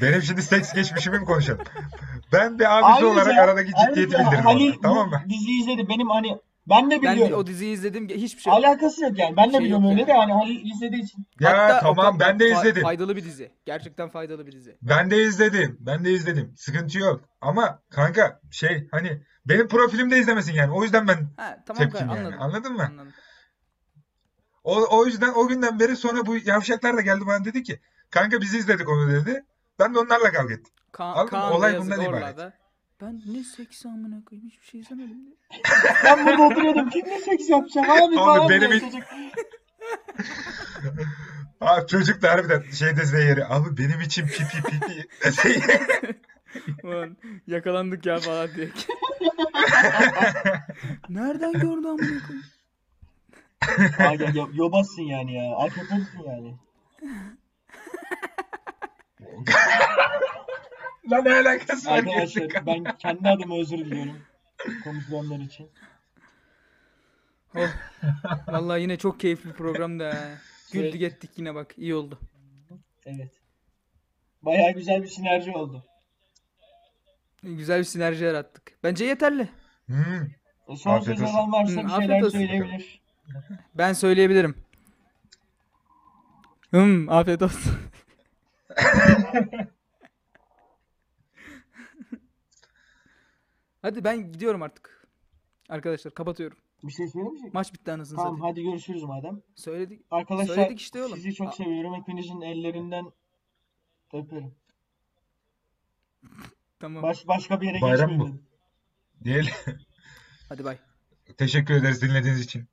Speaker 4: Benim şimdi seks geçmişimi mi konuşalım? Ben bir abisi
Speaker 3: Ayrıca-
Speaker 4: olarak aradaki ciddiyeti
Speaker 3: ayrıca
Speaker 4: bildiririm
Speaker 3: Halil
Speaker 4: orada, tamam mı?
Speaker 3: bu diziyi izledi. Benim hani ben de
Speaker 2: Ben
Speaker 3: biliyorum.
Speaker 2: o diziyi izledim. ge- Hiçbir şey yok.
Speaker 3: Alakası yok yani. Ben de
Speaker 2: Şey
Speaker 3: biliyorum
Speaker 2: yok
Speaker 3: öyle
Speaker 2: yani.
Speaker 3: de hani Halil izlediği için.
Speaker 4: Ya
Speaker 2: Hatta o
Speaker 4: tamam
Speaker 2: kadar
Speaker 4: ben de
Speaker 2: fa-
Speaker 4: izledim.
Speaker 2: Faydalı bir dizi. Gerçekten faydalı bir dizi.
Speaker 4: Ben de izledim. Ben de izledim. Sıkıntı yok. Ama kanka şey hani benim profilimde izlemesin yani. O yüzden ben
Speaker 2: Ha tamam
Speaker 4: tepkim
Speaker 2: kanka
Speaker 4: yani.
Speaker 2: anladım.
Speaker 4: Anladın mı?
Speaker 2: Anladım.
Speaker 4: O, o yüzden o günden beri sonra bu yavşaklar da geldi bana dedi ki kanka biz izledik onu dedi. Ben de onlarla kavga ettim.
Speaker 2: Ka
Speaker 4: Anladın mı?
Speaker 2: Kaan da
Speaker 4: Olay
Speaker 2: yazık
Speaker 4: bundan ibaret.
Speaker 2: orlarda. Ben ne seksi amına koyayım hiçbir şey izlemedim. diye.
Speaker 3: Ben burada oturuyordum. Kimle seks yapacağım? Abi
Speaker 4: Abi
Speaker 3: falan diyor
Speaker 4: benim-
Speaker 3: çocuk.
Speaker 4: Abi çocuk da harbiden şey dese yeri abi benim için pipi pipi [laughs] dese yeri.
Speaker 2: [laughs] Ulan yakalandık ya falan
Speaker 4: [laughs]
Speaker 2: diye. Nereden gördü amına koyayım?
Speaker 3: Ay, ya- ya- Yobazsın yani ya. Alkopolisin yani.
Speaker 4: Lan ne alakası var gerçekten?
Speaker 3: Arkadaşlar ben kendi adıma özür diliyorum. Konuşulanlar için.
Speaker 2: Oh. Vallahi yine çok keyifli bir programdı ha.
Speaker 3: Şey-
Speaker 2: Güldük ettik yine bak iyi oldu.
Speaker 3: Evet. Baya güzel bir sinerji oldu.
Speaker 2: Güzel bir sinerji yarattık. Bence yeterli.
Speaker 4: Hmm.
Speaker 3: E, Son
Speaker 4: Afiyet
Speaker 3: söz
Speaker 4: olsun.
Speaker 3: olan varsa
Speaker 2: Hı,
Speaker 3: bir
Speaker 2: afiyet
Speaker 3: şeyler
Speaker 2: olsun.
Speaker 3: söyleyebilir.
Speaker 2: Ben söyleyebilirim. Hım, afiyet
Speaker 3: [laughs]
Speaker 2: olsun. Hadi ben gidiyorum artık. Arkadaşlar kapatıyorum.
Speaker 3: Bir şey söylemeyecek misin?
Speaker 2: Maç bitti anasını
Speaker 3: Tamam
Speaker 2: satayım.
Speaker 3: hadi görüşürüz madem.
Speaker 2: Söyledik.
Speaker 3: Arkadaşlar
Speaker 2: Söyledik işte oğlum.
Speaker 3: sizi
Speaker 2: A-
Speaker 3: çok seviyorum. Hepinizin ellerinden öperim.
Speaker 2: Tamam.
Speaker 3: Baş, başka bir yere
Speaker 4: Bayram
Speaker 3: geçmeyin
Speaker 4: bu.
Speaker 3: dedim.
Speaker 4: [laughs] Diyelim.
Speaker 2: Hadi bay.
Speaker 4: Teşekkür ederiz dinlediğiniz için.